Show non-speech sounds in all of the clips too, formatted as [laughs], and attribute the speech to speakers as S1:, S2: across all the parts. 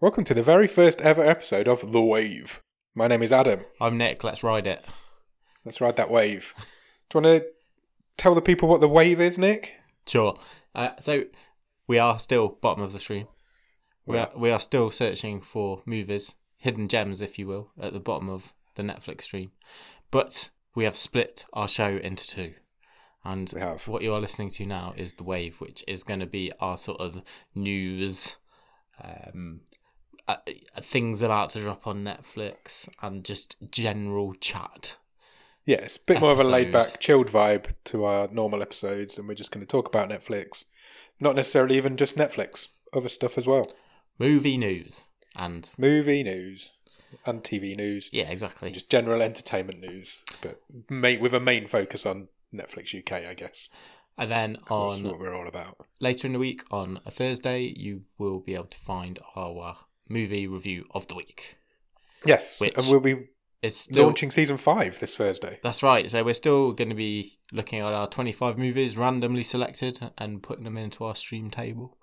S1: Welcome to the very first ever episode of The Wave. My name is Adam.
S2: I'm Nick. Let's ride it.
S1: Let's ride that wave. Do you want to tell the people what the wave is, Nick?
S2: Sure. Uh, so we are still bottom of the stream. We are, we are still searching for movies, hidden gems, if you will, at the bottom of the Netflix stream. But we have split our show into two. And
S1: We have.
S2: what you are listening to now is The Wave, which is going to be our sort of news, um, uh, uh, things about to drop on Netflix, and just general chat.
S1: Yeah, it's a bit more of a
S2: Episode.
S1: laid back, chilled vibe to our normal episodes, and we're just going to talk about Netflix. Not necessarily even just Netflix, other stuff as well.
S2: Movie news. And
S1: Movie news and TV news,
S2: yeah, exactly.
S1: just general entertainment news, but ma- with a main focus on Netflix UK, I guess.
S2: And then
S1: That's
S2: on
S1: what we're all about.
S2: later in the week, on a Thursday, you will be able to find our movie review of the week.
S1: Yes,
S2: Which-
S1: and we'll be
S2: It's still
S1: launching season five this Thursday.
S2: that's right. So we're still going to be looking at our twenty-five movies randomly selected and putting them into our stream table.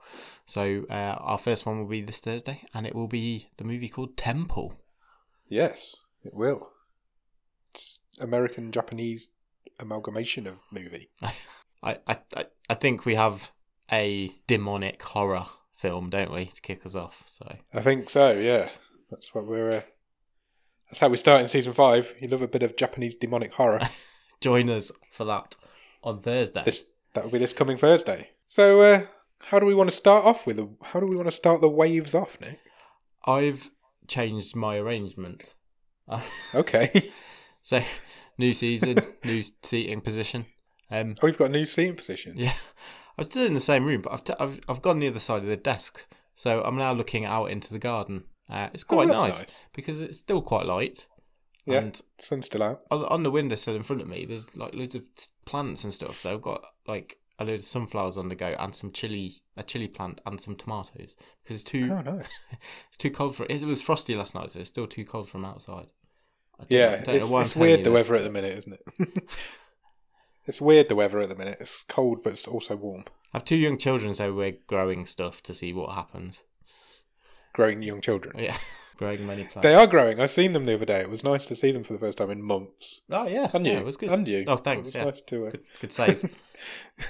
S2: So uh, our first one will be this Thursday, and it will be the movie called Temple.
S1: Yes, it will. It's American Japanese amalgamation of movie.
S2: I I I- I think we have a demonic horror film, don't we, to kick us off? So
S1: I think so. Yeah, that's what we're. Uh, that's how we start in season five. You love a bit of Japanese demonic [laughs] horror.
S2: join us for that on Thursday.
S1: this that will be this coming Thursday. So, uh, how do we want to start off with? the- How do we want to start the waves off, Nick?
S2: I've changed my arrangement.
S1: Okay. [laughs]
S2: So, [laughs] new season, new seating position. Um,
S1: oh, we've got a new seating position.
S2: yeah, I'm still in the same room, but I've, t- I've I've gone the other side of the desk, so I'm now looking out into the garden. Uh, it's
S1: Oh,
S2: quite
S1: that's
S2: nice,
S1: nice.
S2: because it's still quite light.
S1: Yeah.
S2: And
S1: Sun's still out.
S2: on, on the windowsill in front of me, there's like loads of s- plants and stuff. So I've got like a load of sunflowers on the go, and some chili, a chili plant, and some tomatoes because it's too
S1: Oh, nice.
S2: it's too cold for it. was frosty last night, so it's still too cold from outside. I don't know-
S1: Yeah,
S2: I don't know
S1: it's,
S2: why I'm
S1: it's
S2: telling
S1: weird
S2: you
S1: the
S2: this.
S1: weather at the minute, isn't it? [laughs] it's weird the weather at the minute. It's cold, but it's also warm.
S2: I have two young children, so we're growing stuff to see what happens. Oh,
S1: Growing young children.
S2: Yeah, [laughs] growing many plants.
S1: They are growing. I seen them the other day. It was nice to see them for the first time in months.
S2: Oh yeah,
S1: And you,
S2: yeah, it was good.
S1: and you.
S2: Oh
S1: It
S2: thanks.
S1: was
S2: Yeah,
S1: nice to. Uh,
S2: good, good save.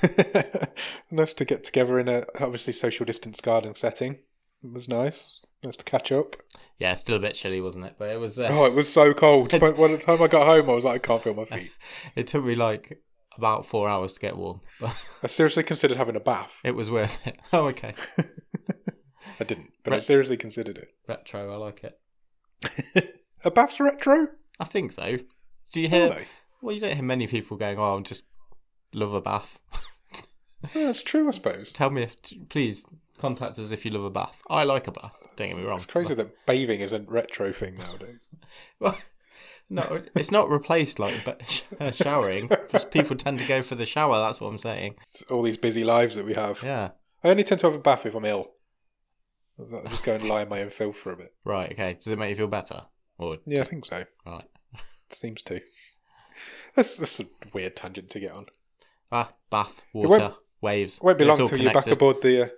S2: [laughs]
S1: [laughs] nice to get together in a obviously social distance garden setting. It was nice. Nice to catch
S2: [laughs]
S1: up.
S2: yeah, it's still a bit chilly, wasn't it? But it was. Uh,
S1: Oh, it was so
S2: [laughs]
S1: cold. By by the time I got home, I was like, I can't feel my feet.
S2: It took me like about four hours to get warm, [laughs] but
S1: I seriously considered having a bath.
S2: it was worth it. [laughs]
S1: [laughs]
S2: Oh okay,
S1: I didn't, but I
S2: Right.
S1: seriously considered it.
S2: retro. I like it.
S1: A bath's retro?
S2: I think so. Do you
S1: Are
S2: hear?
S1: they?
S2: Well, you don't hear many people going. Oh, I'm just love a bath. [laughs]
S1: Yeah, that's true, I suppose.
S2: Tell me if please contact us if you love a bath. I like a bath. Don't get me wrong.
S1: It's crazy that bathing is a retro thing nowadays.
S2: Well, no, it's not replaced like but [laughs] sh- uh, showering. Just people tend to go for the shower. That's what I'm saying.
S1: It's all these busy lives that we have.
S2: Yeah.
S1: I only tend to have a bath if I'm ill. I just go and lie in my own filth for a bit.
S2: Right. Okay. Does it make you feel better? Or
S1: Yeah, I
S2: just-
S1: think so.
S2: right.
S1: seems to. That's, that's a weird tangent to get on.
S2: Ah, bath,
S1: won't-
S2: water, waves.
S1: Won't be
S2: it's
S1: long
S2: all
S1: till you're back
S2: connected.
S1: aboard the. Uh,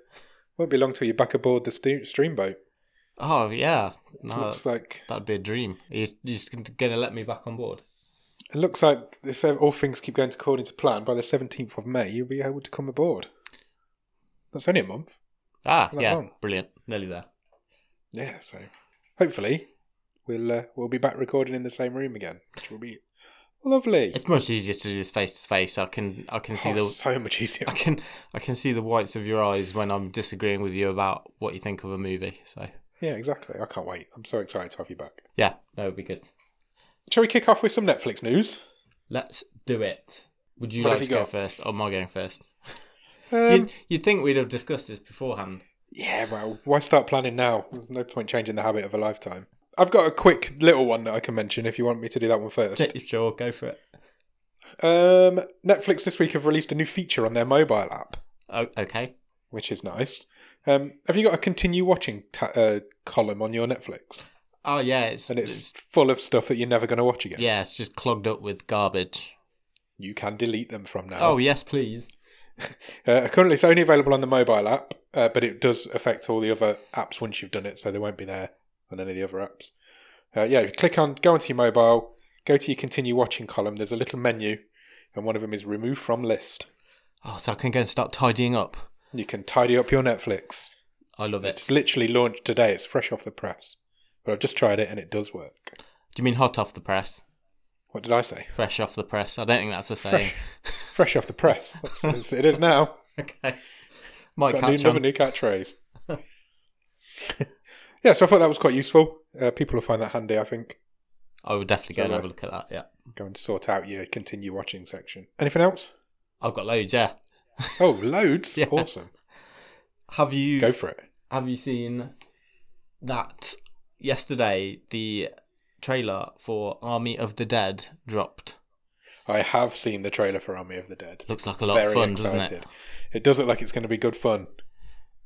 S1: won't be long till you're back aboard the ste- stream boat.
S2: Oh yeah. No,
S1: Looks
S2: that's-
S1: like-
S2: that'd be a dream. Are you you're just gonna let me back on board?
S1: It looks like if all things keep going according to plan, by the seventeenth of May, you'll be able to come aboard. That's only a month.
S2: Ah,
S1: Is that
S2: yeah.
S1: wrong?
S2: Brilliant. Nearly there.
S1: Yeah, so hopefully we'll uh, we'll be back recording in the same room again, which will be lovely.
S2: It's much easier to do this face to face. I can I can see
S1: Oh,
S2: the
S1: so much
S2: [laughs]
S1: easier.
S2: I can I can see the whites of your eyes when I'm disagreeing with you about what you think of a movie. So
S1: Yeah, exactly. I can't wait. I'm so excited to have you back.
S2: yeah, that would be good.
S1: Shall we kick off with some Netflix news?
S2: Let's do it. Would you
S1: What
S2: like
S1: have
S2: to
S1: you
S2: go
S1: got?
S2: first, or am I going first?
S1: Um,
S2: you'd, you'd think we'd have discussed this beforehand.
S1: yeah, well, why start planning now? There's no point changing the habit of a lifetime. I've got a quick little one that I can mention if you want me to do that one first.
S2: Sure, go for it.
S1: Um, Netflix this week have released a new feature on their mobile app,
S2: Oh, okay.
S1: which is nice. Um, have you got a continue watching ta- uh, column on your Netflix?
S2: Oh yeah, it's,
S1: And it's,
S2: it's
S1: full of stuff that you're never going to watch again.
S2: yeah, it's just clogged up with garbage.
S1: You can delete them from now.
S2: Oh yes, please.
S1: Uh, currently, it's only available on the mobile app. Uh, but it does affect all the other apps once you've done it, so they won't be there on any of the other apps. Uh, yeah, if you click on, go onto your mobile, go to your continue watching column. There's a little menu, and one of them is remove from list.
S2: Oh, so I can go and start tidying up.
S1: You can tidy up your Netflix.
S2: I love it.
S1: It's literally launched today. It's fresh off the press, but I've just tried it and it does work.
S2: Do you mean hot off the press?
S1: What did I say?
S2: Fresh off the press. I don't think that's
S1: [laughs]
S2: a saying.
S1: Fresh off the press. That's, it's- it is now.
S2: okay. Might
S1: Got a new,
S2: catch
S1: another
S2: on.
S1: new catchphrase. [laughs] yeah, so I thought that was quite useful. Uh, people will find that handy, I think.
S2: I will definitely go
S1: So,
S2: and
S1: uh,
S2: have a look at that. Yeah.
S1: Go and sort out your continue watching section. Anything else?
S2: I've got loads. Yeah.
S1: Oh, loads.
S2: [laughs] Yeah.
S1: Awesome.
S2: Have you
S1: Go for it.
S2: have you seen that yesterday the trailer for Army of the Dead dropped?
S1: I have seen the trailer for Army of the Dead.
S2: Looks like a lot of fun, doesn't it?
S1: It does look like it's going to be good fun.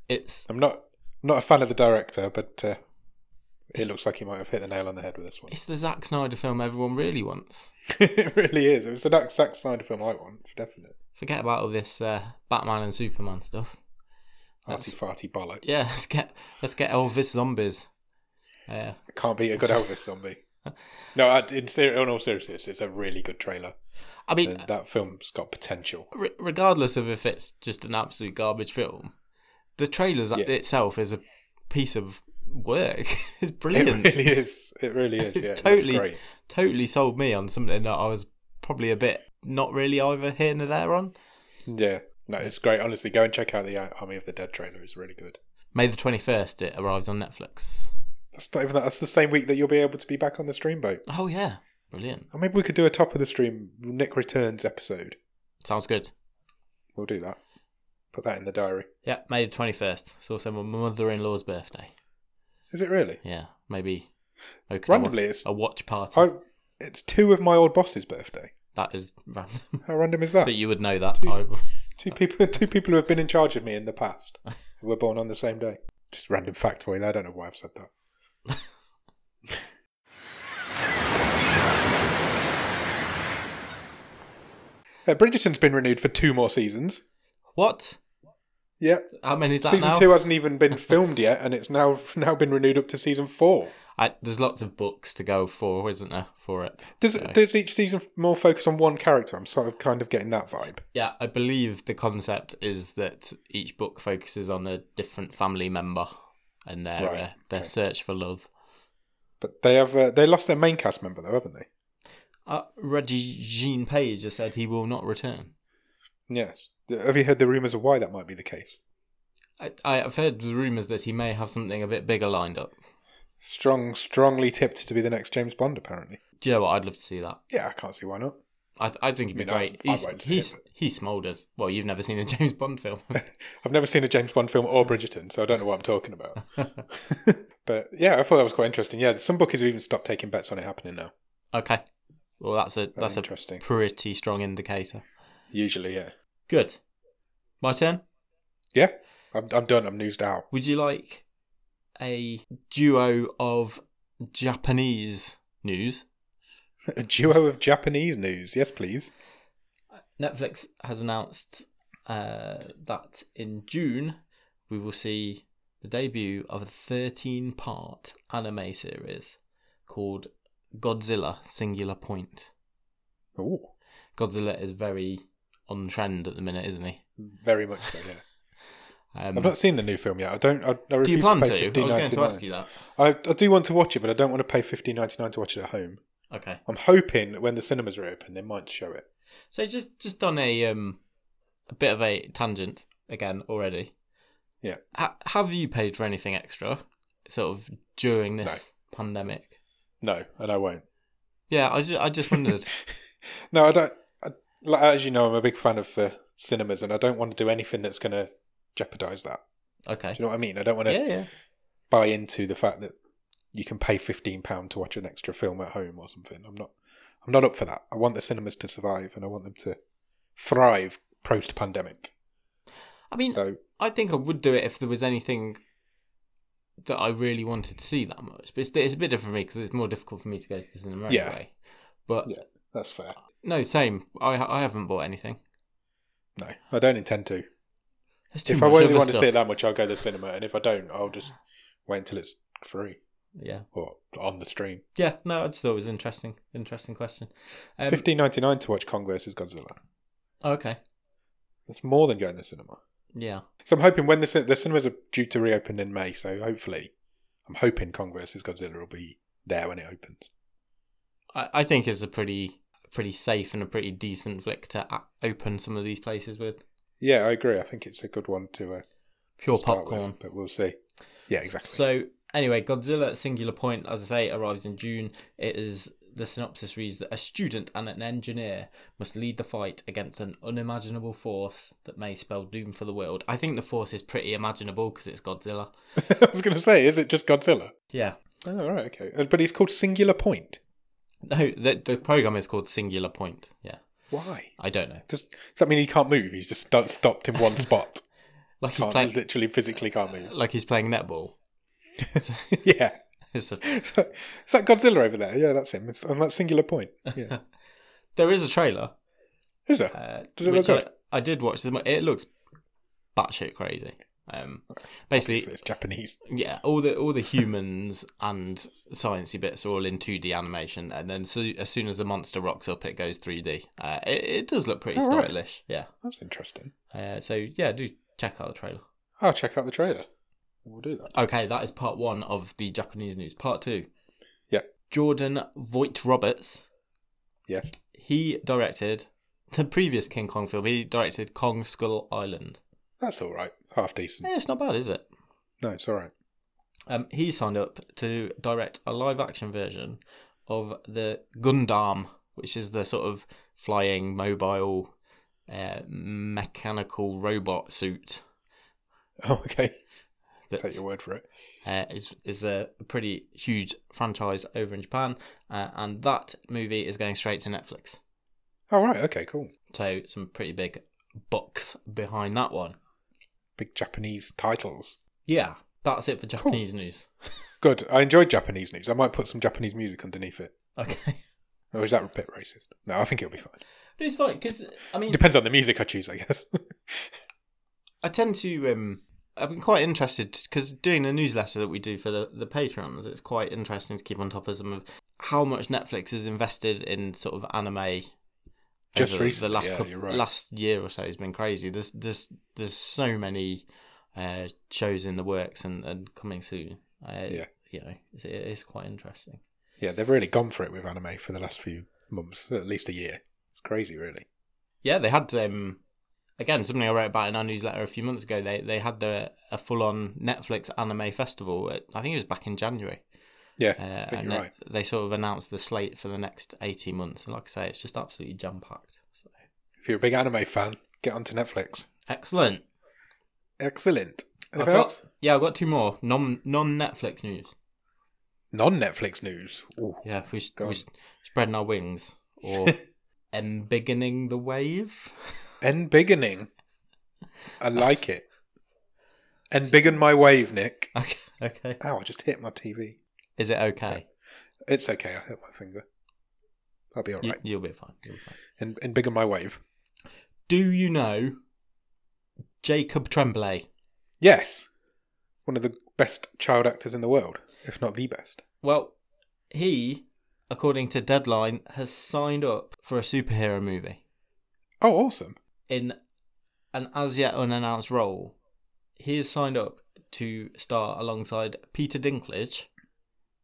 S2: It's
S1: I'm not not a fan of the director, but uh, it looks like he might have hit the nail on the head with this one. [laughs]
S2: it's the Zack Snyder film everyone really wants.
S1: it really is. It was the next Zack Snyder film I want, for definite.
S2: Forget about all this uh, Batman and Superman stuff.
S1: Arty farty bollock.
S2: Yeah, [laughs] let's get let's get Elvis zombies. Yeah,
S1: Can't beat a good Elvis
S2: [laughs]
S1: zombie. No, I, in, ser- in all seriousness, it's a really good trailer.
S2: I mean,
S1: And that film's got potential.
S2: [laughs] re- regardless of if it's just an absolute garbage film, the trailers
S1: Yeah.
S2: itself is a piece of work. [laughs] it's
S1: It
S2: brilliant.
S1: really is. It really is.
S2: It's
S1: yeah, it looks
S2: totally-
S1: great.
S2: totally sold me on something that I was probably a bit not really either here nor there on.
S1: Yeah. No, it's great. Honestly, go and check out the uh, Army of the Dead trailer. It's really good.
S2: May the twenty first, it arrives on Netflix.
S1: That's not even that. That's the same week that you'll be able to be back on the stream boat.
S2: Oh yeah, brilliant.
S1: Or maybe we could do a top of the stream Nick Returns episode.
S2: Sounds good.
S1: We'll do that. Put that in the diary.
S2: Yeah, May the twenty first. It's also my mother-in-law's birthday.
S1: Is it really?
S2: Yeah, maybe. Okay,
S1: Randomly, it's-
S2: a watch party.
S1: I, it's two of my old boss's birthday.
S2: That is random.
S1: How random is [laughs] that?
S2: that you would know that. I, [laughs]
S1: Two people, [laughs] two people who have been in charge of me in the past who were born on the same day. Just random factoid. I don't know why I've said that. [laughs] uh, Bridgerton's been renewed for two more seasons.
S2: what?
S1: Yeah,
S2: How many is that
S1: season
S2: now?
S1: two hasn't even been filmed yet, and it's now now been renewed up to season four.
S2: I, there's lots of books to go for, isn't there? For it.
S1: Does does each season more focus on one character? I'm sort of kind of getting that vibe.
S2: Yeah, I believe the concept is that each book focuses on a different family member and their
S1: Right,
S2: uh, their search for love.
S1: But they have uh, they lost their main cast member though, haven't they?
S2: Uh, Reggie Jean Page has said he will not return.
S1: Yes. Have you heard the rumours of why that might be the case?
S2: I, I- I've heard the rumours that he may have something a bit bigger lined up.
S1: Strong, strongly tipped to be the next James Bond, apparently.
S2: Do you know what? I'd love to see that.
S1: Yeah, I can't see why not.
S2: I, I think it'd be
S1: mean, I-
S2: great.
S1: I
S2: he's,
S1: won't see it,
S2: he's, he smoulders. Well, you've never seen a [laughs] James
S1: [laughs]
S2: Bond film.
S1: I've never seen a James Bond film or Bridgerton, so I don't know what I'm talking
S2: [laughs]
S1: about. but yeah, I thought that was quite interesting. Yeah, some bookies have even stopped taking bets on it happening now.
S2: okay. Well, that's a that's a
S1: interesting.
S2: pretty strong indicator.
S1: Usually, yeah.
S2: Good. My turn.
S1: Yeah, I'm, I'm done. I'm newsed out.
S2: Would you like a duo of Japanese news?
S1: A duo of Japanese news. Yes, please.
S2: Netflix has announced uh, that in June we will see the debut of a 13 part anime series called Godzilla Singular Point.
S1: Ooh,
S2: Godzilla is very on trend at the minute, isn't he?
S1: very much so, yeah.
S2: Um,
S1: I've not seen the new film yet. I don't. I, I
S2: do
S1: refuse
S2: you plan
S1: pay
S2: to? I was going to
S1: $15.99.
S2: ask you that.
S1: I, I do want to watch it, but I don't want to pay fifteen ninety nine to watch it at home.
S2: Okay.
S1: I'm hoping that when the cinemas are open, they might show it.
S2: So just just on a um a bit of a tangent again already.
S1: Yeah.
S2: Ha- have you paid for anything extra, sort of during this pandemic?
S1: No, and I won't.
S2: Yeah, I just I just
S1: [laughs]
S2: wondered.
S1: No, I don't. I, like, as you know, I'm a big fan of uh, cinemas, and I don't want to do anything that's going to jeopardize that. Do
S2: okay.
S1: you know what I mean? I don't want to
S2: Yeah, yeah.
S1: buy into the fact that you can pay fifteen pound to watch an extra film at home or something. I'm not. I'm not up for that. I want the cinemas to survive, and I want them to thrive post pandemic.
S2: I mean,
S1: So
S2: I think I would do it if there was anything that I really wanted to see that much. But it's, it's a bit different for me because it's more difficult for me to go to the cinema
S1: Yeah.
S2: anyway. But
S1: Yeah. that's fair.
S2: no, same. I I haven't bought anything.
S1: No, I don't intend to.
S2: There's too
S1: If I
S2: much
S1: really
S2: other
S1: want
S2: stuff.
S1: to see it that much, I'll go to the cinema, and if I don't, I'll just wait until it's free
S2: Yeah,
S1: or on the stream.
S2: yeah. No, I just thought it was interesting. Interesting question.
S1: [laughs]
S2: Um,
S1: Fifteen ninety nine to watch Kong versus Godzilla.
S2: Okay.
S1: That's more than going to the cinema.
S2: Yeah.
S1: So I'm hoping when the cin- the cinemas are due to reopen in May, so hopefully, I'm hoping Kong versus Godzilla will be there when it opens.
S2: I, I think it's a pretty pretty safe and a pretty decent flick to a- open some of these places with.
S1: Yeah, I agree. I think it's a good one to uh,
S2: Pure
S1: start with,
S2: popcorn.
S1: but we'll see. Yeah, exactly.
S2: So anyway, Godzilla Singular Point, as I say, arrives in June. It is the synopsis reads that a student and an engineer must lead the fight against an unimaginable force that may spell doom for the world. I think the force is pretty imaginable because it's Godzilla.
S1: [laughs] I was going to say, is it just Godzilla?
S2: Yeah.
S1: Oh, all right, okay. Uh, But he's called Singular Point.
S2: No, the the program is called Singular Point. Yeah.
S1: Why?
S2: I don't know.
S1: Does, does that mean he can't move? He's just stu stopped in
S2: [laughs]
S1: one spot.
S2: Like he's
S1: Can't,
S2: playing
S1: literally, physically can't move. [laughs]
S2: like he's playing netball.
S1: yeah.
S2: It's a
S1: Is that- is that Godzilla over there? Yeah, that's him. It's on that Singular Point.
S2: [laughs]
S1: Yeah.
S2: There is a trailer,
S1: Is there?
S2: uh,
S1: Does it
S2: which
S1: look
S2: I, I did watch. This mo- It looks batshit crazy. Um,
S1: So
S2: basically,
S1: it's Japanese.
S2: yeah, all the all the humans and sciencey bits are all in two D animation, and then so, as soon as the monster rocks up, it goes three D. Uh, it, it does look pretty
S1: Oh, right.
S2: stylish.
S1: That's interesting.
S2: Yeah. Uh, so yeah, do check out the trailer.
S1: I'll check out the trailer. We'll do that.
S2: Okay, that is part one of the Japanese news. Part two.
S1: Yeah.
S2: Jordan Voight Roberts
S1: Yes.
S2: he directed the previous King Kong film. He directed Kong Skull Island.
S1: That's all right. Half decent.
S2: Yeah, it's not bad, is it?
S1: No, it's all right. [laughs]
S2: Um, he signed up to direct a live action version of the Gundam, which is the sort of flying mobile uh, mechanical robot suit
S1: Oh, okay. Take
S2: that
S1: your word for it.
S2: uh, is, is a pretty huge franchise over in Japan. Uh, and that movie is going straight to Netflix.
S1: All right. Okay, cool.
S2: So, some pretty big bucks behind that one.
S1: Big Japanese titles.
S2: Yeah, that's it for Japanese news. [laughs]
S1: Good. I enjoyed Japanese news. I might put some Japanese music underneath it.
S2: Okay.
S1: Or is that a bit racist? No, I think it'll be fine.
S2: It's fine because I mean
S1: Depends on the music I choose, I guess. [laughs]
S2: I tend to um I've been quite interested because doing the newsletter that we do for the the patrons it's quite interesting to keep on top of some of how much Netflix has invested in sort of anime.
S1: Just
S2: over
S1: recently,
S2: the last
S1: yeah,
S2: coup-
S1: you're right.
S2: last year or so has been crazy. There's there's there's so many uh, shows in the works and, and coming soon. Uh,
S1: Yeah.
S2: you know it's, it is quite interesting.
S1: yeah, they've really gone for it with anime for the last few months, at least a year. It's crazy, really.
S2: Yeah, they had um again something I wrote about in our newsletter a few months ago. They they had the, a full on Netflix anime festival. At, I think it was back in January,
S1: Yeah,
S2: uh,
S1: I think
S2: and
S1: you're
S2: they,
S1: right.
S2: they sort of announced the slate for the next eighteen months. And like I say, it's just absolutely jam packed. So
S1: If you're a big anime fan, get onto Netflix.
S2: excellent.
S1: Excellent.
S2: I've
S1: Anything
S2: got
S1: else?
S2: yeah, I've got two more non non Netflix news.
S1: Non-Netflix news. Ooh.
S2: Yeah, we s-
S1: Go
S2: we
S1: on.
S2: s- spreading our wings
S1: [laughs]
S2: or em beginning the wave. [laughs]
S1: And biggening. I like it. And biggen my wave, Nick.
S2: okay, okay.
S1: Ow, I just hit my TV.
S2: Is it okay?
S1: It's okay, I hit my finger. I'll be alright.
S2: You, will be fine. You'll be fine.
S1: And, and biggen my wave.
S2: Do you know Jacob Tremblay?
S1: Yes. One of the best child actors in the world, if not the best.
S2: Well, he, according to Deadline, has signed up for a superhero movie
S1: Oh, awesome.
S2: in an as yet unannounced role. He has signed up to star alongside Peter Dinklage.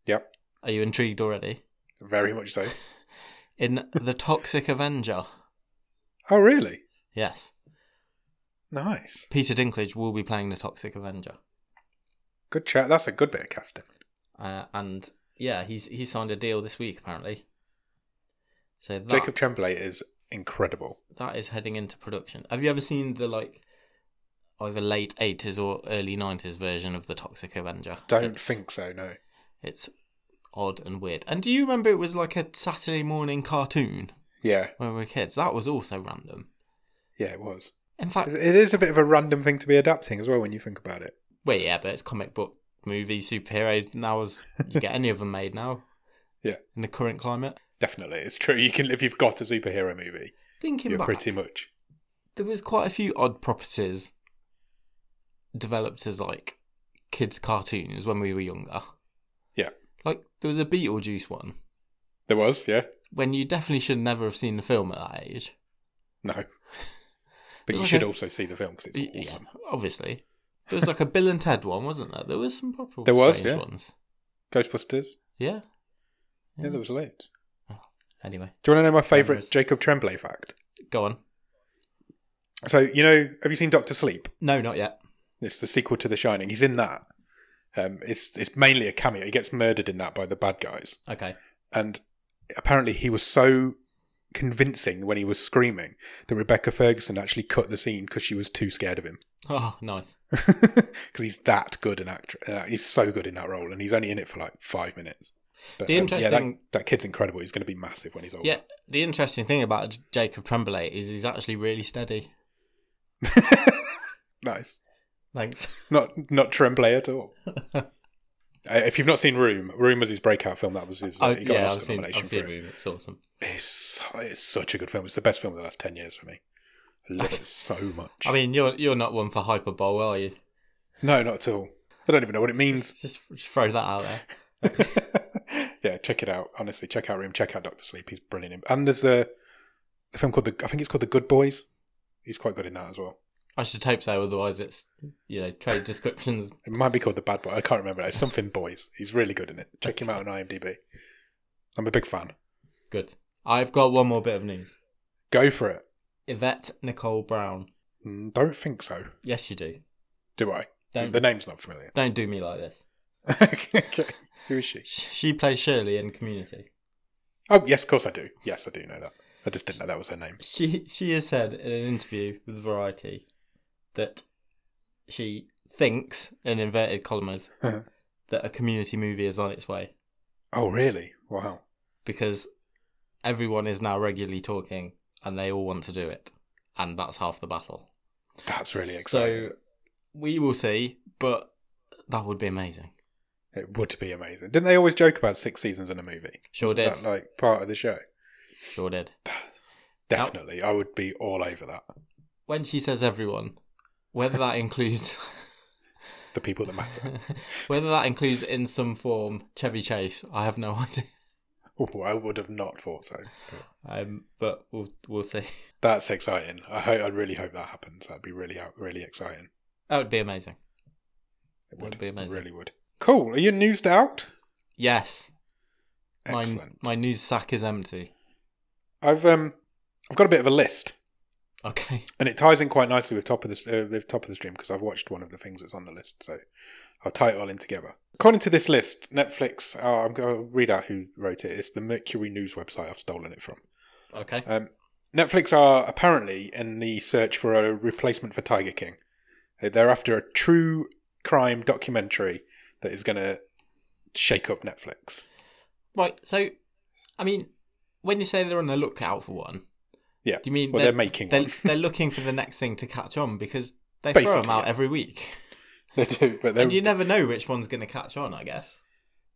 S1: Yep.
S2: Are you intrigued already?
S1: Very much
S2: [laughs]
S1: so. [laughs]
S2: In The Toxic Avenger.
S1: Oh, really?
S2: Yes.
S1: Nice.
S2: Peter Dinklage will be playing The Toxic Avenger.
S1: Good chat. That's a good bit of casting.
S2: Uh, and yeah, he's he signed a deal this week apparently. So that,
S1: Jacob Tremblay is incredible.
S2: that is heading into production. Have you ever seen the like either late eighties or early nineties version of the Toxic Avenger?
S1: Don't
S2: It's-
S1: think so, no.
S2: it's odd and weird. And do you remember it was like a Saturday morning cartoon
S1: Yeah,
S2: when we were kids? That was also random.
S1: yeah, it was.
S2: In fact,
S1: It is a bit of a random thing to be adapting as well when you think about it.
S2: well, yeah, but it's comic book, movie, superhero. Now is you get any of them made now?
S1: [laughs] Yeah.
S2: in the current climate.
S1: Definitely, it's true. You can if you've got a superhero movie,
S2: Thinking
S1: you're
S2: back,
S1: pretty much
S2: there was quite a few odd properties developed as like kids' cartoons when we were younger.
S1: Yeah.
S2: Like there was a Beetlejuice one
S1: There was, yeah.
S2: when you definitely should never have seen the film at that age. [laughs]
S1: No. But you
S2: Okay.
S1: should also see the film because it's
S2: Y-
S1: awesome.
S2: Yeah, obviously. There was like a Bill and Ted one, wasn't there? There was some proper
S1: There was,
S2: strange
S1: yeah.
S2: ones.
S1: Ghostbusters.
S2: Yeah.
S1: Yeah, there was loads.
S2: Anyway,
S1: Do you want to know my favourite
S2: Numbers.
S1: Jacob Tremblay fact?
S2: go on.
S1: So you know, have you seen Doctor Sleep?
S2: No, not yet.
S1: It's the sequel to The Shining. He's in that. Um, it's it's mainly a cameo. He gets murdered in that by the bad guys,
S2: Okay.
S1: and apparently he was so convincing when he was screaming that Rebecca Ferguson actually cut the scene because she was too scared of him.
S2: Oh, nice.
S1: [laughs] Because he's that good an actor. Uh, he's so good in that role, and he's only in it for like five minutes. But,
S2: The
S1: um, yeah, that-
S2: interesting-
S1: that, kid's incredible. He's going to be massive when he's older.
S2: Yeah, the interesting thing about J- Jacob Tremblay is he's actually really steady.
S1: Nice.
S2: Thanks.
S1: Not not Tremblay at all.
S2: [laughs]
S1: Uh, if you've not seen Room, Room was his breakout film. That was his. Uh,
S2: [laughs] Oh,
S1: he got an
S2: yeah,
S1: Oscar
S2: I've seen,
S1: nomination
S2: I've seen
S1: for it.
S2: Room. It's awesome.
S1: It's, so- it's such a good film. It's the best film of the last ten years for me. I love it so much.
S2: I mean, you're you're not one for hyperbole, are you?
S1: no, not at all. I don't even know what it means.
S2: Just, just throw that out there.
S1: [laughs] yeah, check it out. Honestly, check out Room. Check out Doctor Sleep. He's brilliant. And there's a, a film called the. I think it's called The Good Boys. He's quite good in that as well.
S2: I should hope so. Otherwise, it's you know trade descriptions. [laughs]
S1: It might be called The Bad Boy. I can't remember. It's something Boys. He's really good in it. Check him out on IMDb. I'm a big fan.
S2: Good. I've got one more bit of news.
S1: Go for it.
S2: Yvette Nicole Brown.
S1: Mm, Don't think so.
S2: Yes, you do.
S1: Do I?
S2: Don't
S1: The name's not familiar. [laughs]
S2: don't do me like this.
S1: okay. Who is she?
S2: Sh- She plays Shirley in Community.
S1: Oh, yes, of course I do. Yes, I do know that. I just didn't know that was her name.
S2: She she has said in an interview with Variety that she thinks, in inverted
S1: [laughs]
S2: commas, that a Community movie is on its way
S1: Oh, really? Wow.
S2: because everyone is now regularly talking and they all want to do it, and that's half the battle.
S1: That's really exciting.
S2: So we will see, but that would be amazing.
S1: it would be amazing. Didn't they always joke about six seasons in a movie?
S2: Sure
S1: Isn't
S2: did.
S1: That, like part of the show.
S2: Sure did.
S1: Definitely. I would be all over that.
S2: When she says everyone, whether
S1: [laughs]
S2: that includes
S1: The people that matter. [laughs]
S2: [laughs] whether that includes in some form Chevy Chase, I have no [laughs] idea.
S1: oh, I would have not thought so.
S2: Um, but we'll we'll see.
S1: That's exciting. I hope. I really hope that happens. That'd be really, really exciting.
S2: That would be amazing.
S1: It
S2: That'd be amazing.
S1: Really would. Cool. Are you newsed out?
S2: Yes, my
S1: Excellent.
S2: my news sack is empty.
S1: I've um, I've got a bit of a list. [laughs]
S2: Okay,
S1: and it ties in quite nicely with top of the uh, with top of the stream because I've watched one of the things that's on the list, so I'll tie it all in together. According to this list, Netflix. Uh, I'm going to read out who wrote it. It's the Mercury News website. I've stolen it from.
S2: okay.
S1: Um, Netflix are apparently in the search for a replacement for Tiger King. Uh, They're after a true crime documentary that is going to shake up Netflix.
S2: Right. So, I mean, when you say they're on the lookout for one,
S1: Yeah.
S2: do you mean
S1: Well,
S2: they're,
S1: they're making
S2: they're,
S1: one. [laughs]
S2: they're looking for the next thing to catch on because they throw
S1: Basically,
S2: them out
S1: yeah.
S2: every week,
S1: They do, but they're
S2: and you never know which one's going to catch on. I guess.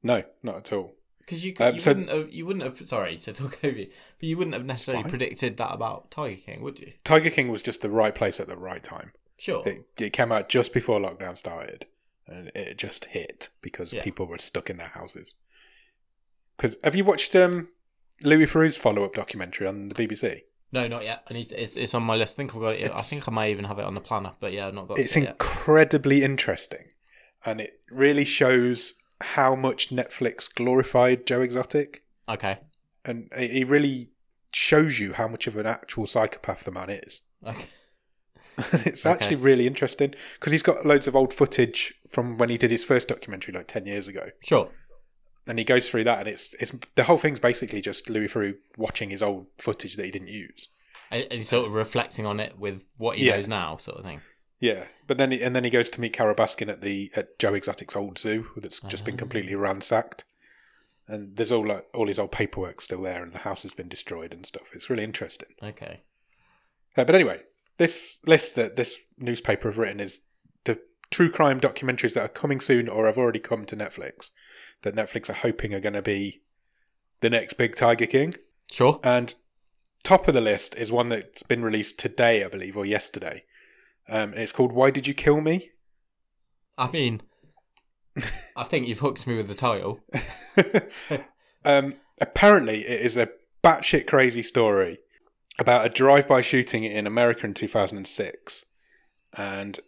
S1: no, not at all.
S2: Because you,
S1: Um,
S2: you
S1: so-
S2: wouldn't have you wouldn't have sorry to talk [laughs] over you, but you wouldn't have necessarily
S1: fine.
S2: predicted that about Tiger King, would you?
S1: Tiger King was just the right place at the right time.
S2: Sure.
S1: It, it came out just before lockdown started, and it just hit because
S2: Yeah.
S1: people were stuck in their houses. Because have you watched um, Louis Theroux's follow-up documentary on the BBC?
S2: No, not yet. I need to, it's it's on my list. I think I've got it. I think I may even have it on the planner, but yeah, I've not got
S1: It's
S2: it yet.
S1: incredibly interesting, and it really shows how much Netflix glorified Joe Exotic,
S2: Okay.
S1: and it it really shows you how much of an actual psychopath the man is. [laughs]
S2: Okay.
S1: And it's actually really interesting because he's got loads of old footage from when he did his first documentary like 10 years ago.
S2: Sure.
S1: and he goes through that, and it's it's the whole thing's basically just Louis Theroux watching his old footage that he didn't use.
S2: And, and he's sort of reflecting on it with what he
S1: Yeah.
S2: knows now, sort of thing.
S1: Yeah, but then he, and then he goes to meet Carol Baskin at the at Joe Exotic's old zoo that's just been completely ransacked, and there's all like all his old paperwork still there, and the house has been destroyed and stuff. It's really interesting.
S2: Okay.
S1: Uh, but anyway, this list that this newspaper have written is the true crime documentaries that are coming soon or have already come to Netflix that Netflix are hoping are going to be the next big Tiger King.
S2: Sure.
S1: And top of the list is one that's been released today, I believe, or yesterday. Um, and it's called Why Did You Kill Me?
S2: I mean, I think you've hooked me with the title. [laughs]
S1: [laughs] um, apparently, it is a batshit crazy story about a drive-by shooting in America in 2006, and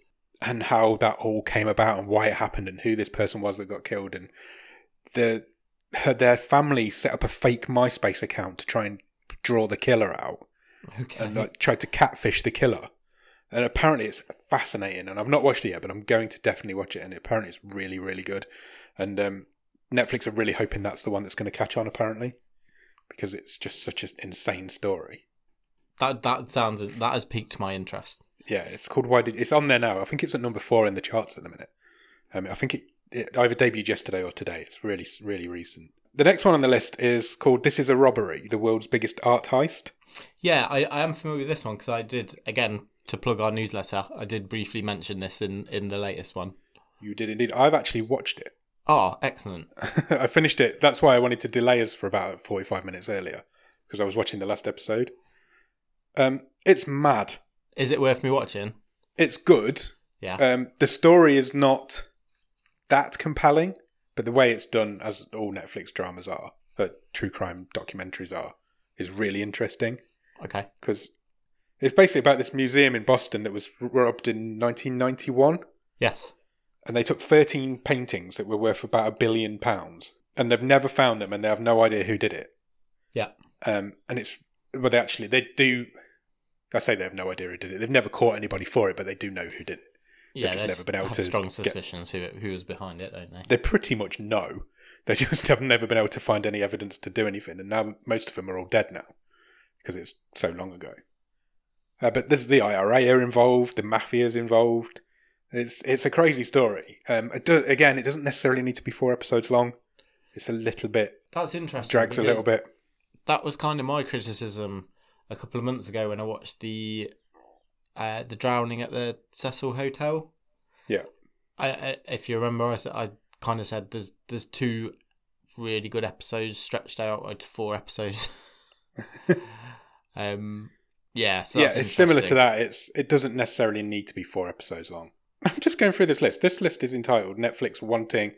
S1: and how that all came about and why it happened and who this person was that got killed and the her, their family set up a fake MySpace account to try and draw the killer out
S2: Okay.
S1: and like tried to catfish the killer. And apparently it's fascinating. And I've not watched it yet, but I'm going to definitely watch it. And apparently it's really, really good. And um, Netflix are really hoping that's the one that's going to catch on. Apparently, because it's just such an insane story.
S2: That that sounds that has piqued my interest.
S1: Yeah, it's called Why Did It's on there now. I think it's at number four in the charts at the minute. Um, I think it, it either debuted yesterday or today. It's really, really recent. The next one on the list is called "This Is a Robbery: The World's Biggest Art Heist."
S2: Yeah, I, I am familiar with this one because I did again to plug our newsletter. I did briefly mention this in in the latest one.
S1: You did indeed. I've actually watched it.
S2: Oh, excellent.
S1: [laughs] I finished it. That's why I wanted to delay us for about 45 minutes earlier because I was watching the last episode. Um, it's mad.
S2: Is it worth me watching?
S1: It's good.
S2: Yeah.
S1: Um, the story is not that compelling, but the way it's done, as all Netflix dramas are, but true crime documentaries are, is really interesting
S2: Okay.
S1: because it's basically about this museum in Boston that was robbed in 1991
S2: Yes.
S1: and they took 13 paintings that were worth about a billion pounds and they've never found them and they have no idea who did it
S2: Yeah.
S1: um, and it's well they actually they do i say they have no idea who did it they've never caught anybody for it but they do know who did it
S2: Yeah.
S1: just
S2: There's
S1: never been able
S2: have
S1: to
S2: strong
S1: get-
S2: suspicions who who was behind it, don't they?
S1: they pretty much know they [laughs] just have never been able to find any evidence to do anything and now most of them are all dead now because it's so long ago uh, but there's the ira are involved the mafia's involved it's it's a crazy story um, it do, again it doesn't necessarily need to be four episodes long it's a little bit
S2: That's interesting.
S1: drags a
S2: because
S1: little bit
S2: That was kind of my criticism a couple of months ago when I watched the uh, the drowning at the Cecil Hotel.
S1: Yeah.
S2: I, I if you remember, I said, I kind of said there's there's two really good episodes stretched out to four
S1: [laughs]
S2: episodes. um. Yeah. So
S1: yeah
S2: that's
S1: it's similar to
S2: interesting.
S1: that it's it doesn't necessarily need to be four episodes long [laughs] i'm just going through this list this list is entitled netflix wanting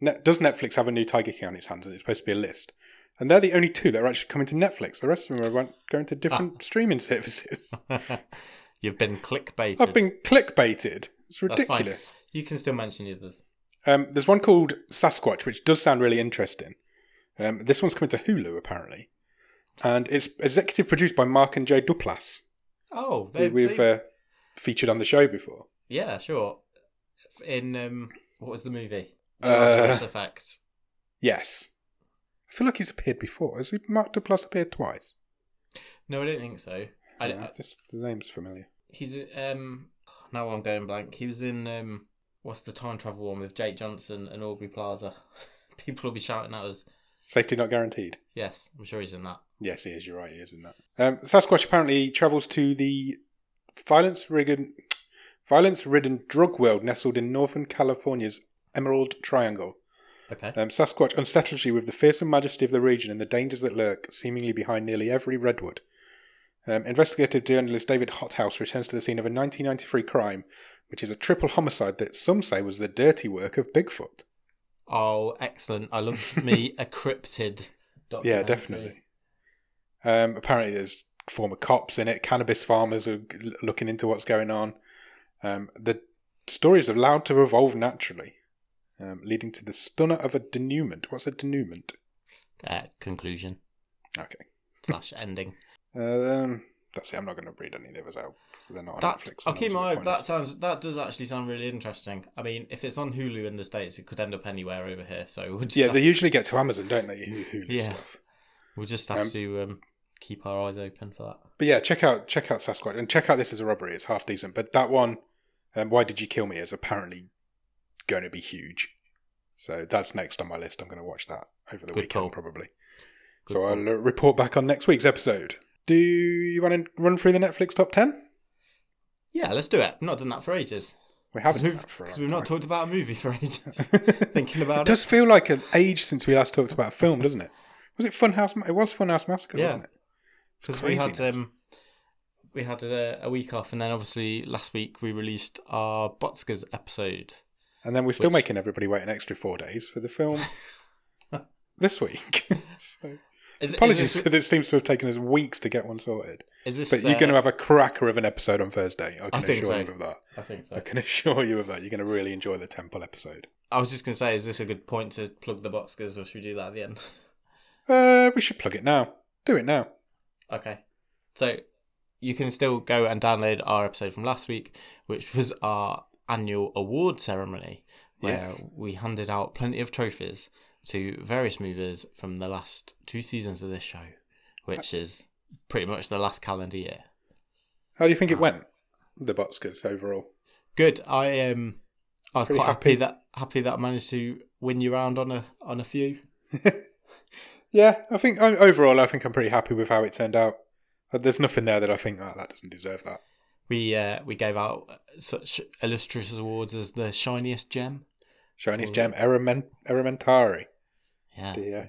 S1: Net, does netflix have a new tiger king on its hands and it's supposed to be a list and they're the only two that are actually coming to netflix the rest of them are went- going to different
S2: Ah.
S1: streaming [laughs]
S2: [laughs]
S1: services
S2: You've been clickbaited.
S1: i've been clickbaited it's
S2: That's fine.
S1: ridiculous
S2: You can still mention the others.
S1: um, there's one called sasquatch which does sound really interesting um, this one's coming to hulu apparently and it's executive produced by mark and jay duplass
S2: Oh,
S1: who
S2: they,
S1: we've
S2: they-
S1: uh, featured on the show before
S2: yeah, sure. In um, what was the movie? The
S1: Uh,
S2: Lazarus Effect.
S1: Yes. I feel like he's appeared before. Has he Mark Duplass appeared twice?
S2: No, I don't think so. I,
S1: Uh,
S2: I,
S1: just the name's familiar.
S2: he's um. Now I'm going blank. He was in um. What's the time travel one with Jake Johnson and Aubrey Plaza? [laughs] People will be shouting at us.
S1: Safety not guaranteed.
S2: Yes, I'm sure he's in that.
S1: Yes, he is. You're right. He is in that. Um, Sasquatch apparently travels to the violence-ridden, violence-ridden drug world nestled in northern California's Emerald Triangle.
S2: Okay.
S1: Um, Sasquatch unsettles you with the fearsome majesty of the region and the dangers that lurk seemingly behind nearly every redwood. Um, investigative journalist David Hothouse returns to the scene of a 1993 crime, which is a triple homicide that some say was the dirty work of Bigfoot.
S2: Oh, excellent! I love me
S1: [laughs]
S2: a cryptid.
S1: Yeah,
S2: documentary.
S1: definitely. Um, apparently, there's former cops in it. Cannabis farmers are l- looking into what's going on. Um, the stories are allowed to evolve naturally, um, leading to the stunner of a denouement. What's a denouement?
S2: Uh, conclusion
S1: Okay.
S2: slash ending.
S1: Um, that's it. I'm not going to read any of the others out. So they're not on
S2: That
S1: Netflix.
S2: I'll keep
S1: and
S2: my eye.
S1: there's no
S2: That sounds that does actually sound really interesting. I mean, if it's on Hulu in the states, it could end up anywhere over here. So we'll
S1: point.
S2: just
S1: Yeah,
S2: have,
S1: they usually get to Amazon, don't they? Hulu and
S2: Yeah.
S1: stuff.
S2: we'll just have
S1: um,
S2: to um, keep our eyes open for that.
S1: But yeah, check out check out Sasquatch and check out this as a robbery. It's half decent, but that one, um, why did you kill me? Is apparently going to be huge. So that's next on my list. I'm going to watch that over the
S2: Good
S1: weekend
S2: call.
S1: probably. so
S2: Good call.
S1: I'll uh, report back on next week's episode. Do you want to run through the Netflix top ten?
S2: Yeah, let's do it. I've not done that for ages.
S1: We
S2: Because
S1: haven't. done
S2: we've,
S1: that for a
S2: 'cause
S1: long
S2: we've not
S1: time.
S2: talked about a movie for
S1: [laughs]
S2: ages. Thinking
S1: It
S2: about it.
S1: does feel like an age since we last talked about a film, doesn't it? Was it Funhouse? Ma- It was Funhouse Massacre,
S2: Yeah.
S1: wasn't it? It's
S2: Because we had
S1: craziness.
S2: um, we had a, a week off, and then obviously last week we released our Botskers episode.
S1: And then we're still
S2: Which-
S1: making everybody wait an extra four days for the
S2: [laughs]
S1: film this week. [laughs] so,
S2: Is,
S1: apologies
S2: Is
S1: that it seems to have taken us weeks to get one sorted.
S2: this, is
S1: But
S2: this
S1: you're going to
S2: uh,
S1: have a cracker of an episode on Thursday. I can
S2: think
S1: assure
S2: so.
S1: you of that.
S2: I think so.
S1: I can [laughs] assure you of that. You're going to really enjoy the Temple episode.
S2: I was just gonna say, is this a good point to plug the Boxkers, or should we do that at the end?
S1: Uh, we should plug it now. Do it now.
S2: Okay. So you can still go and download our episode from last week, which was our annual award ceremony, where
S1: Yes.
S2: we handed out plenty of trophies to various movies from the last two seasons of this show, which is pretty much the last calendar year.
S1: How do you think
S2: Ah.
S1: it went? The Botskers overall.
S2: Good. I um I was
S1: Pretty
S2: quite happy.
S1: happy.
S2: that happy that I managed to win you round on a on a few.
S1: Yeah, I think I- overall, I think I'm pretty happy with how it turned out. Uh, There's nothing there that I think oh, that doesn't deserve that.
S2: We uh, we gave out such illustrious awards as the shiniest gem.
S1: Chinese
S2: Cool.
S1: gem, Eramen, Eramentari,
S2: Yeah.
S1: the uh,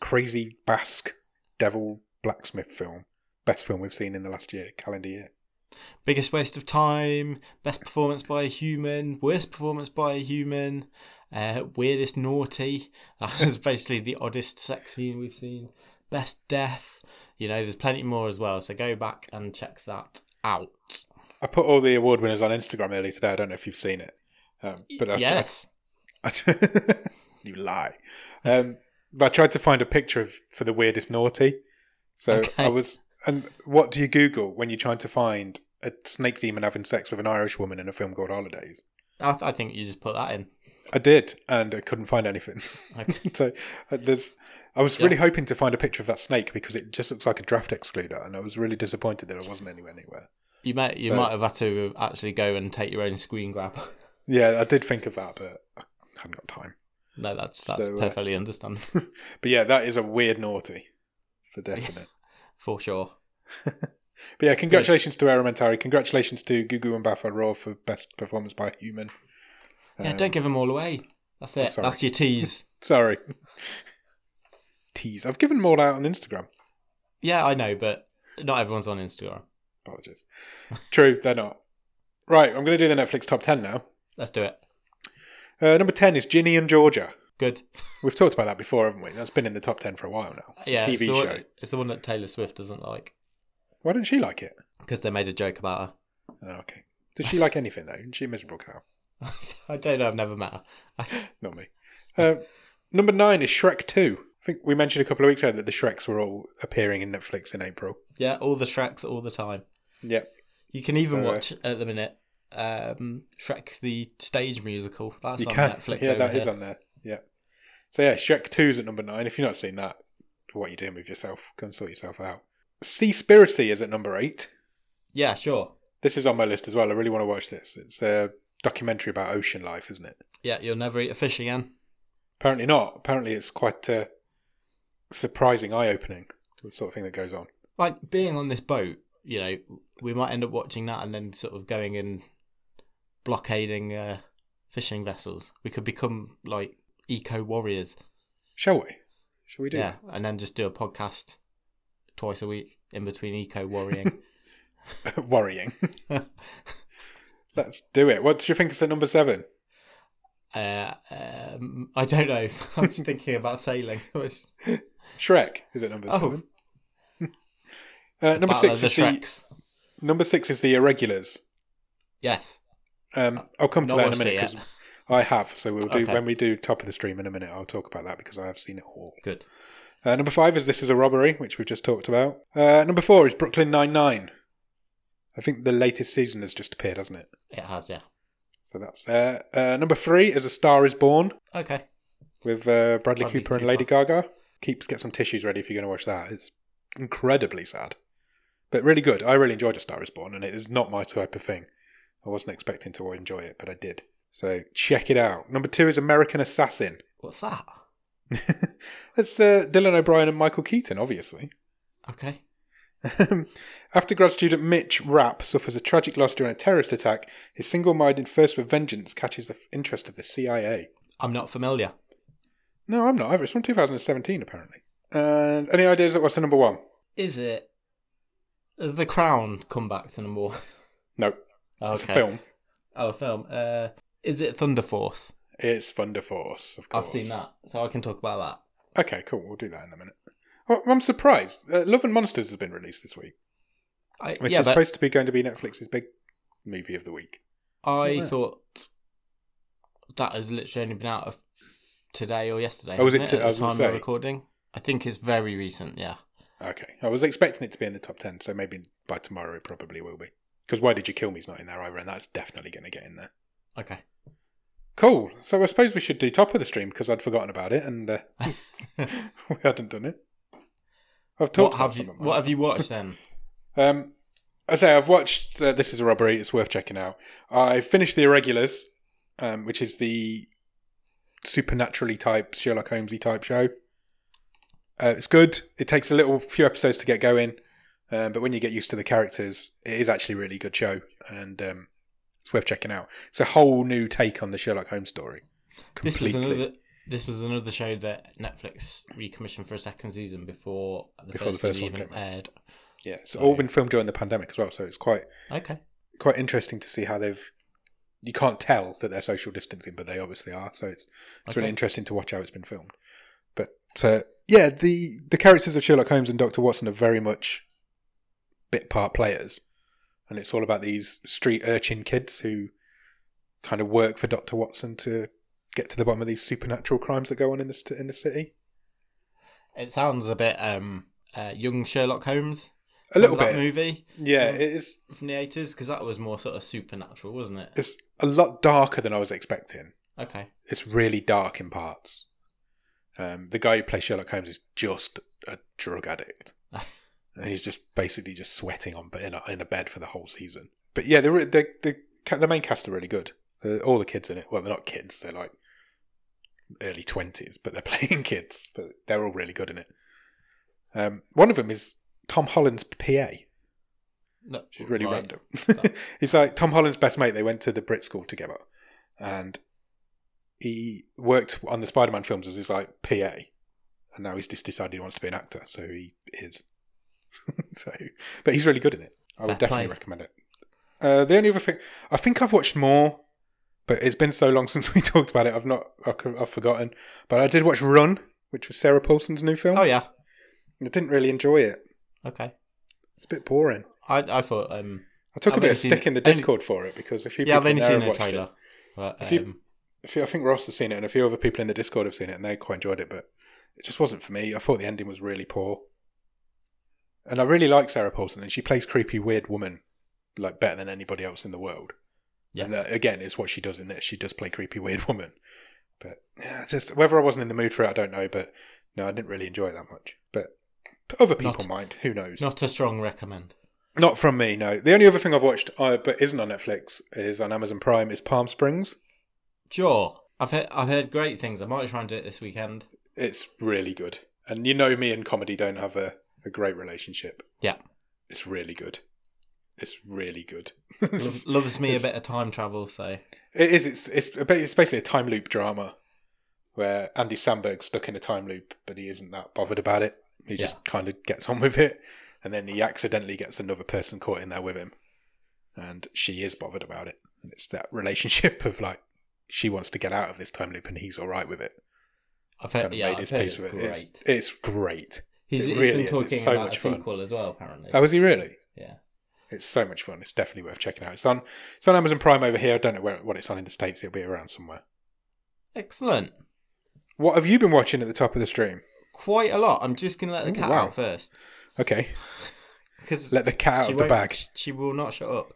S1: crazy Basque devil blacksmith film, best film we've seen in the last year calendar year.
S2: biggest waste of time, best performance by a human, worst performance by a human, uh, weirdest naughty. [laughs] That is basically the oddest sex scene we've seen. Best death. You know, there's plenty more as well. So go back and check that out.
S1: I put all the award winners on Instagram earlier today. I don't know if you've seen it, um, but I,
S2: yes.
S1: I- [laughs] you lie. Um, but I tried to find a picture of, for the weirdest naughty. So
S2: Okay.
S1: I was. And what do you Google when you're trying to find a snake demon having sex with an Irish woman in a film called Holidays?
S2: I, th- I think you just put that in.
S1: I did, and I couldn't find anything. [laughs]
S2: Okay.
S1: so uh, there's. I was really hoping to find a picture of that snake because it just looks like a draft excluder, and I was really disappointed that it wasn't anywhere anywhere.
S2: You might
S1: [laughs]
S2: you
S1: So-
S2: might have had to actually go and take your own screen grab. [laughs]
S1: Yeah, I did think of that, but I hadn't got time.
S2: no, that's that's
S1: So, uh,
S2: perfectly understandable [laughs]
S1: But yeah, that is a weird naughty, for definite.
S2: for sure.
S1: But yeah, congratulations to Aramentari. Congratulations to Gugu and Baffa Raw for best performance by a human. Uh,
S2: Yeah, don't give them all away. That's it.
S1: um, sorry.
S2: That's
S1: [laughs]
S2: your tease.
S1: Sorry. Tease. I've given them all out on Instagram.
S2: yeah, I know, but not everyone's on Instagram.
S1: Apologies. True, they're not. Right, I'm going to do the Netflix top 10 now.
S2: Let's do it.
S1: Uh, number 10 is Ginny and Georgia.
S2: Good.
S1: We've talked about that before, haven't we? That's been in the top 10 for a while now. It's
S2: yeah,
S1: a TV
S2: it's the
S1: show.
S2: One, it's the one that Taylor Swift doesn't like
S1: Why didn't she like it?
S2: because they made a joke about her.
S1: Oh, okay. Does she like anything, though? Isn't she a miserable cow?
S2: [laughs] I don't know. I've never met her.
S1: Not me. Uh, number 9 is Shrek 2. I think we mentioned a couple of weeks ago that the Shreks were all appearing in Netflix in April.
S2: Yeah, all the Shreks all the time.
S1: Yep.
S2: You can even
S1: So, uh,
S2: watch at the minute um, Shrek the stage musical. That's
S1: You
S2: on
S1: can.
S2: Netflix.
S1: yeah,
S2: over
S1: that is
S2: here.
S1: on there. Yeah. So yeah, Shrek 2's at number nine. If you've not seen that, what are you doing with yourself? Go and sort yourself out. Seaspiracy is at number eight.
S2: Yeah, sure.
S1: This is on my list as well. I really want to watch this. It's a documentary about ocean life, isn't it?
S2: Yeah, you'll never eat a fish again.
S1: Apparently not. Apparently it's quite uh, surprising, eye opening, the sort of thing that goes on.
S2: Like being on this boat, you know, we might end up watching that and then sort of going and blockading uh, fishing vessels. We could become like eco warriors.
S1: Shall we? Shall we do
S2: Yeah, and then just do a podcast twice a week in between
S1: [laughs]
S2: eco worrying.
S1: that? Worrying. [laughs] Let's do it. What do you think is at number seven?
S2: uh, um, I don't know. [laughs] I'm just thinking about sailing. [laughs] It was-
S1: Shrek is at number
S2: Oh.
S1: seven. [laughs] uh, number
S2: Battle
S1: six
S2: of the
S1: is the,
S2: Shreks.
S1: number six is the irregulars.
S2: Yes. Uh,
S1: Um, I'll come to
S2: Not
S1: that in a
S2: watched it
S1: minute because
S2: yet.
S1: I have. So we'll do
S2: Okay.
S1: when we do top of the stream in a minute. I'll talk about that because I have seen it all.
S2: Good.
S1: Uh, number five is this is a robbery, which we've just talked about. Uh, number four is Brooklyn Nine Nine. I think the latest season has just appeared, hasn't it?
S2: It has, yeah.
S1: So that's there. Uh, number three is A Star Is Born
S2: Okay.
S1: with uh, Bradley,
S2: Bradley
S1: Cooper, and
S2: Cooper.
S1: Lady Gaga. Keeps get some tissues ready if you're going to watch that. It's incredibly sad, but really good. I really enjoyed A Star Is Born, and it is not my type of thing. I wasn't expecting to enjoy it, but I did. So check it out. Number two is American Assassin.
S2: What's that?
S1: That's uh, Dylan O'Brien and Michael Keaton, obviously. [laughs]
S2: Okay.
S1: After grad student Mitch Rapp suffers a tragic loss during a terrorist attack, his single-minded thirst for vengeance catches the interest of the CIA.
S2: I'm not familiar.
S1: No, I'm not either. It's from 2017, apparently. And any ideas at what's the number one?
S2: Is it? Has
S1: [laughs]
S2: The Crown come back to number one?
S1: No,
S2: Okay.
S1: it's a film.
S2: Oh, a film. Uh, Is it Thunder Force?
S1: It's Thunder Force, of course.
S2: I've seen that, so I can talk about that.
S1: Okay, cool. We'll do that in a minute. Well, I'm surprised. Uh, Love and Monsters has been released this week,
S2: I,
S1: which
S2: yeah,
S1: is
S2: but
S1: supposed to be going to be Netflix's big movie of the week.
S2: I
S1: there.
S2: thought that has literally only been out of today or yesterday.
S1: Oh, was
S2: hasn't
S1: it to-
S2: at
S1: I
S2: the
S1: was gonna
S2: time of
S1: say.
S2: recording? I think it's very recent. Yeah,
S1: Okay, I was expecting it to be in the top ten, so maybe by tomorrow it probably will be. Because Why Did You Kill Me's not in there either, and that's definitely going to get in there.
S2: okay.
S1: Cool. So I suppose we should do top of the stream because I'd forgotten about it and uh, [laughs] we hadn't done it. I've talked.
S2: What
S1: about
S2: have you
S1: some of mine.
S2: What have you
S1: [laughs]
S2: watched then?
S1: Um, I say I've watched. Uh, this is a robbery. It's worth checking out. I finished the Irregulars, um, which is the supernaturally type Sherlock Holmesy type show. Uh, it's good. It takes a little few episodes to get going, um, but when you get used to the characters, it is actually a really good show, and um, it's worth checking out. It's a whole new take on the Sherlock Holmes story.
S2: this was
S1: Completely.
S2: another. This was another show that Netflix recommissioned for a second season before the
S1: Before the
S2: first,
S1: first
S2: season
S1: one
S2: even
S1: came out.
S2: aired.
S1: yeah, it's all been filmed during the pandemic as well, so it's quite
S2: Okay.
S1: quite interesting to see how they've. You can't tell that they're social distancing, but they obviously are. So it's it's really
S2: Okay.
S1: interesting to watch how it's been filmed. But uh, yeah, the the characters of Sherlock Holmes and Doctor Watson are very much bit part players, and it's all about these street urchin kids who kind of work for Doctor Watson to get to the bottom of these supernatural crimes that go on in the st- in the city.
S2: It sounds a bit um, uh, young Sherlock Holmes.
S1: A little bit,
S2: Remember that movie
S1: yeah.
S2: from-
S1: It is.
S2: from the eighties because that was more sort of supernatural, wasn't it?
S1: It's a lot darker than I was expecting.
S2: Okay.
S1: it's really dark in parts. Um, the guy who plays Sherlock Holmes is just a drug addict, and he's just basically just sweating on in a, in a bed for the whole season. But yeah, the re- the the, ca- the main cast are really good. The, all the kids in it, well, they're not kids; they're like early twenties, but they're [laughs] playing kids. But they're all really good in it. Um, one of them is Tom Holland's PA,
S2: No,
S1: which is really
S2: right.
S1: random. [laughs] He's like Tom Holland's best mate. They went to the Brit school together, and he worked on the Spider-Man films as his like PA, and now he's just decided he wants to be an actor, so he is. [laughs] so, but he's really good in it. I would
S2: Fair
S1: definitely
S2: play.
S1: recommend it. Uh, the only other thing, I think I've watched more, but it's been so long [laughs] since we talked about it. I've not, I've, I've forgotten. But I did watch Run, which was Sarah Paulson's new film.
S2: Oh yeah.
S1: I didn't really enjoy it.
S2: Okay.
S1: It's a bit boring.
S2: I I thought um
S1: I took
S2: I've
S1: a bit
S2: only
S1: of
S2: seen-
S1: stick in the
S2: only-
S1: Discord for it because a few
S2: yeah I've
S1: people in
S2: only
S1: there
S2: seen
S1: have
S2: the
S1: watched it.
S2: trailer, but
S1: If you-
S2: um,
S1: A few- I think Ross has seen it, and a few other people in the Discord have seen it, and they quite enjoyed it. But it just wasn't for me. I thought the ending was really poor, and I really like Sarah Paulson, and she plays creepy, weird woman like better than anybody else in the world.
S2: yes.
S1: And that, again, is what she does in this. She does play creepy, weird [laughs] woman. But yeah, it's just whether I wasn't in the mood for it, I don't know. But no, I didn't really enjoy it that much. But other people
S2: Not-
S1: might. Who knows?
S2: Not a strong recommend.
S1: Not from me, no. The only other thing I've watched, uh, but isn't on Netflix, is on Amazon Prime, is Palm Springs.
S2: Sure. I've heard I've heard great things. I might try and do it
S1: [laughs]
S2: this weekend.
S1: It's really good. And you know me and comedy don't have a, a great relationship.
S2: Yeah.
S1: It's really good. It's really good. [laughs]
S2: Loves, loves me a
S1: It's-
S2: bit of time travel, so
S1: It is. It's it's a bit- it's basically a time loop drama where Andy Sandberg's stuck in a time loop, but he isn't that bothered about it. He just kind of gets on with it, and then he accidentally gets another person caught in there with him, and she is bothered about it. And it's that relationship [laughs] of like she wants to get out of this time loop, and he's all right with it.
S2: I've
S1: And
S2: heard Uh, yeah
S1: made
S2: I've
S1: his
S2: heard
S1: peace
S2: it's
S1: with
S2: great.
S1: it. It's, it's great.
S2: he's,
S1: it
S2: he's
S1: really
S2: been
S1: is. It's
S2: talking
S1: so
S2: about
S1: much
S2: a
S1: fun.
S2: sequel as well apparently.
S1: Oh, was he really?
S2: yeah.
S1: It's so much fun. It's definitely worth checking out. It's on it's on Amazon Prime over here. I don't know where what it's on in the states. It'll be around somewhere.
S2: Excellent.
S1: What have you been watching at the top of the stream?
S2: Quite a lot. I'm just gonna let the
S1: Ooh,
S2: cat
S1: wow.
S2: out first
S1: Okay,
S2: because
S1: let the cat out of the bag.
S2: She will not shut up.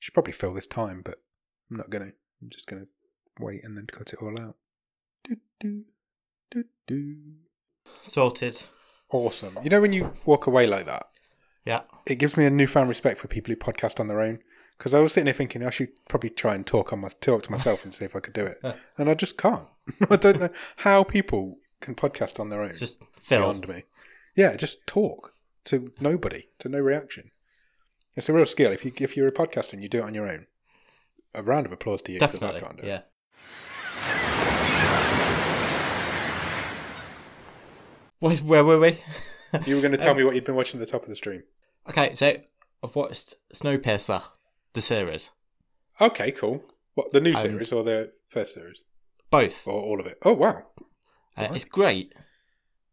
S1: Should probably fill this time, but I'm not gonna. I'm just gonna wait and then cut it all out. Do do do do.
S2: Sorted.
S1: Awesome. You know when you walk away like that,
S2: Yeah.
S1: it gives me a newfound respect for people who podcast on their own. Because I was sitting there thinking I should probably try and talk on my talk to myself and see if I could do it, and I just can't. [laughs] I don't know how people can podcast on their own.
S2: Just Phil.
S1: beyond me. Yeah, just talk to nobody, to no reaction. It's a real skill. If you if you're a podcaster and you do it on your own, a round of applause to you because I
S2: Definitely.
S1: can't do it.
S2: Yeah. Where, where were we? [laughs]
S1: You were going to tell me what you'd been watching at the top of the stream.
S2: okay, so I've watched Snowpiercer, the series,
S1: Okay, cool. What the new
S2: And-
S1: series or the first series
S2: Both.
S1: or all of it? Oh wow,
S2: Uh, it's great.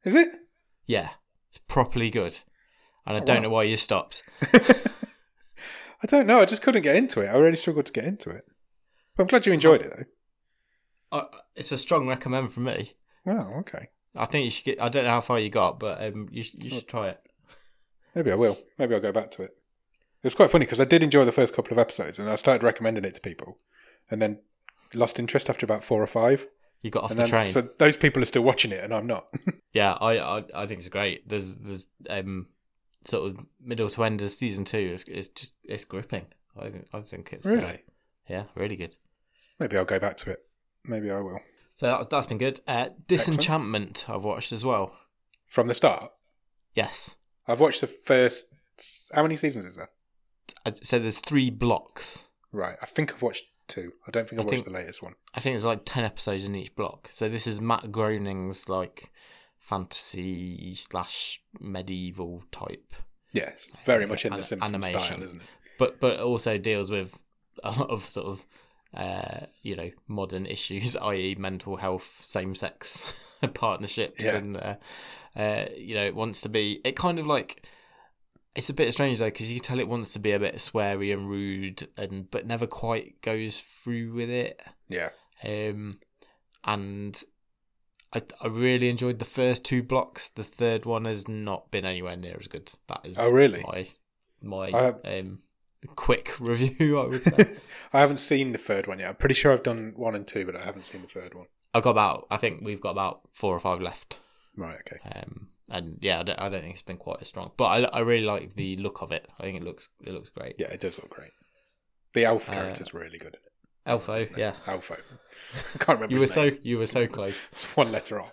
S1: is it?
S2: Yeah, it's properly good. And I
S1: Oh,
S2: don't
S1: wow.
S2: know why you stopped.
S1: I don't know. I just couldn't get into it. I really struggled to get into it. But I'm glad you enjoyed it
S2: Uh, it's a strong recommend from me.
S1: though. Wow. Okay.
S2: I think you should get. I don't know how far you got, but um, you sh- you
S1: Hmm.
S2: should try it.
S1: Maybe I will. Maybe I'll go back to it. It was quite funny because I did enjoy the first couple of episodes, and I started recommending it to people, and then lost interest after about four or five.
S2: You got off
S1: and
S2: the
S1: then,
S2: train.
S1: So those people are still watching it, and I'm not.
S2: Yeah, I, I I think it's great. There's there's um sort of middle to end of season two. It's, it's just it's gripping. I think I think it's uh,
S1: Really?
S2: yeah [laughs] really good.
S1: Maybe I'll go back to it. Maybe I will.
S2: So that, that's been good. Uh, Disenchantment I've watched as well.
S1: From the start,
S2: Yes.
S1: I've watched the first. How many seasons is there?
S2: I- So there's three blocks.
S1: Right. I think I've watched two. I don't think I've
S2: I
S1: watched
S2: think-
S1: the latest one.
S2: I think there's like ten episodes in each block. So this is Matt Groening's like fantasy slash medieval type,
S1: Yes, very much in the
S2: An-
S1: Simpsons
S2: animation.
S1: style, isn't it?
S2: but but also deals with a lot of sort of uh, you know modern issues, [laughs] i.e., mental health, same sex [laughs] partnerships,
S1: Yeah.
S2: and uh, uh, you know it wants to be. It kind of like it's a bit strange though because you can tell it wants to be a bit sweary and rude, and but never quite goes through with it.
S1: Yeah.
S2: Um, and I, I really enjoyed the first two blocks. The third one has not been anywhere near as good. That is
S1: Oh, really?
S2: my my
S1: I-
S2: um quick [laughs] review. I would say
S1: [laughs] I haven't seen the third one yet. I'm pretty sure I've done one and two, but I haven't seen the third one.
S2: I got about. I think we've got about four or five left.
S1: Right. Okay.
S2: Um, and yeah, I don't, I don't think it's been quite as strong, but I, I really like the look of it. I think it looks it looks great.
S1: Yeah, it does look great. The elf
S2: Uh,
S1: character's really good. in
S2: Elfo,
S1: it.
S2: yeah.
S1: Alfo. I can't remember.
S2: You were
S1: his
S2: so
S1: name.
S2: you were so close.
S1: It's one letter off.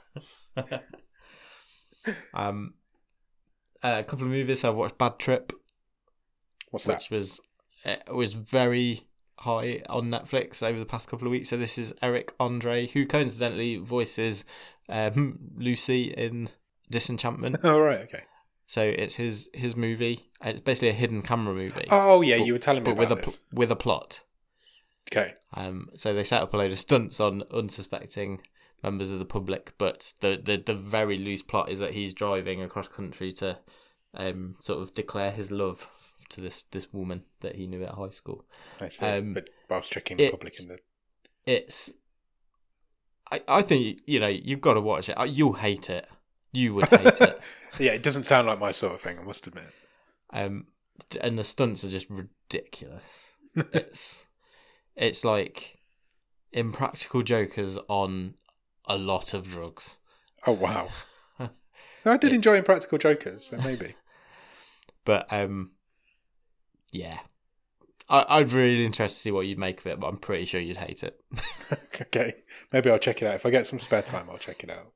S2: Um, uh, a couple of movies I've watched: Bad Trip,
S1: What's that?
S2: which was it was very high on Netflix over the past couple of weeks. So this is Eric Andre, who coincidentally voices um, Lucy in
S1: [laughs]
S2: Disenchantment.
S1: oh, right. Okay.
S2: so it's his his movie. Uh, It's basically a hidden camera movie,
S1: Oh yeah, you were telling me
S2: but
S1: about
S2: with a
S1: this.
S2: pl- with a plot.
S1: Okay.
S2: Um, so they set up a load of stunts on unsuspecting members of the public, but the, the, the very loose plot is that he's driving across country to um, sort of declare his love to this, this woman that he knew at high school.
S1: I see.
S2: Um,
S1: but I was tricking the public
S2: it's-
S1: in the.
S2: It's, I, I think, you know, you've got to watch it. Uh, You'll hate it. You would hate it.
S1: Yeah, it doesn't sound like my sort of thing. I must admit.
S2: um, and the stunts are just ridiculous. it's it's like impractical jokers on a lot of drugs.
S1: Oh
S2: [laughs]
S1: wow. No, I did enjoy Impractical Jokers, so maybe. [laughs]
S2: But um, yeah, I, I'd really interested to see what you'd make of it, but I'm pretty sure you'd hate it.
S1: okay, maybe I'll check it out if I get some spare time. I'll check it out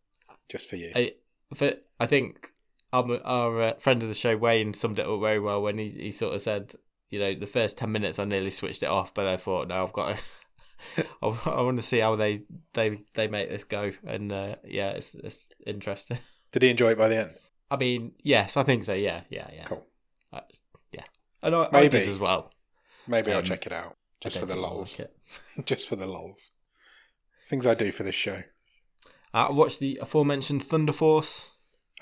S1: just for you.
S2: I, but I think our, our uh, friend of the show Wayne summed it up very well when he, he sort of said, you know, the first ten minutes I nearly switched it off, but I thought, no, I've got. To, [laughs] I, want to see how they they they make this go, and uh, yeah, it's it's interesting.
S1: Did he enjoy it by the end?
S2: I mean, yes, I think so. Yeah, yeah, yeah.
S1: Cool.
S2: I, yeah, and I, I
S1: Maybe.
S2: did as well.
S1: Maybe I'll
S2: Um,
S1: check it out
S2: I
S1: just for
S2: don't
S1: the
S2: think I'll
S1: lols.
S2: like it.
S1: [laughs] just for the lols. Things I do for this show.
S2: Uh, I watched the aforementioned Thunder Force.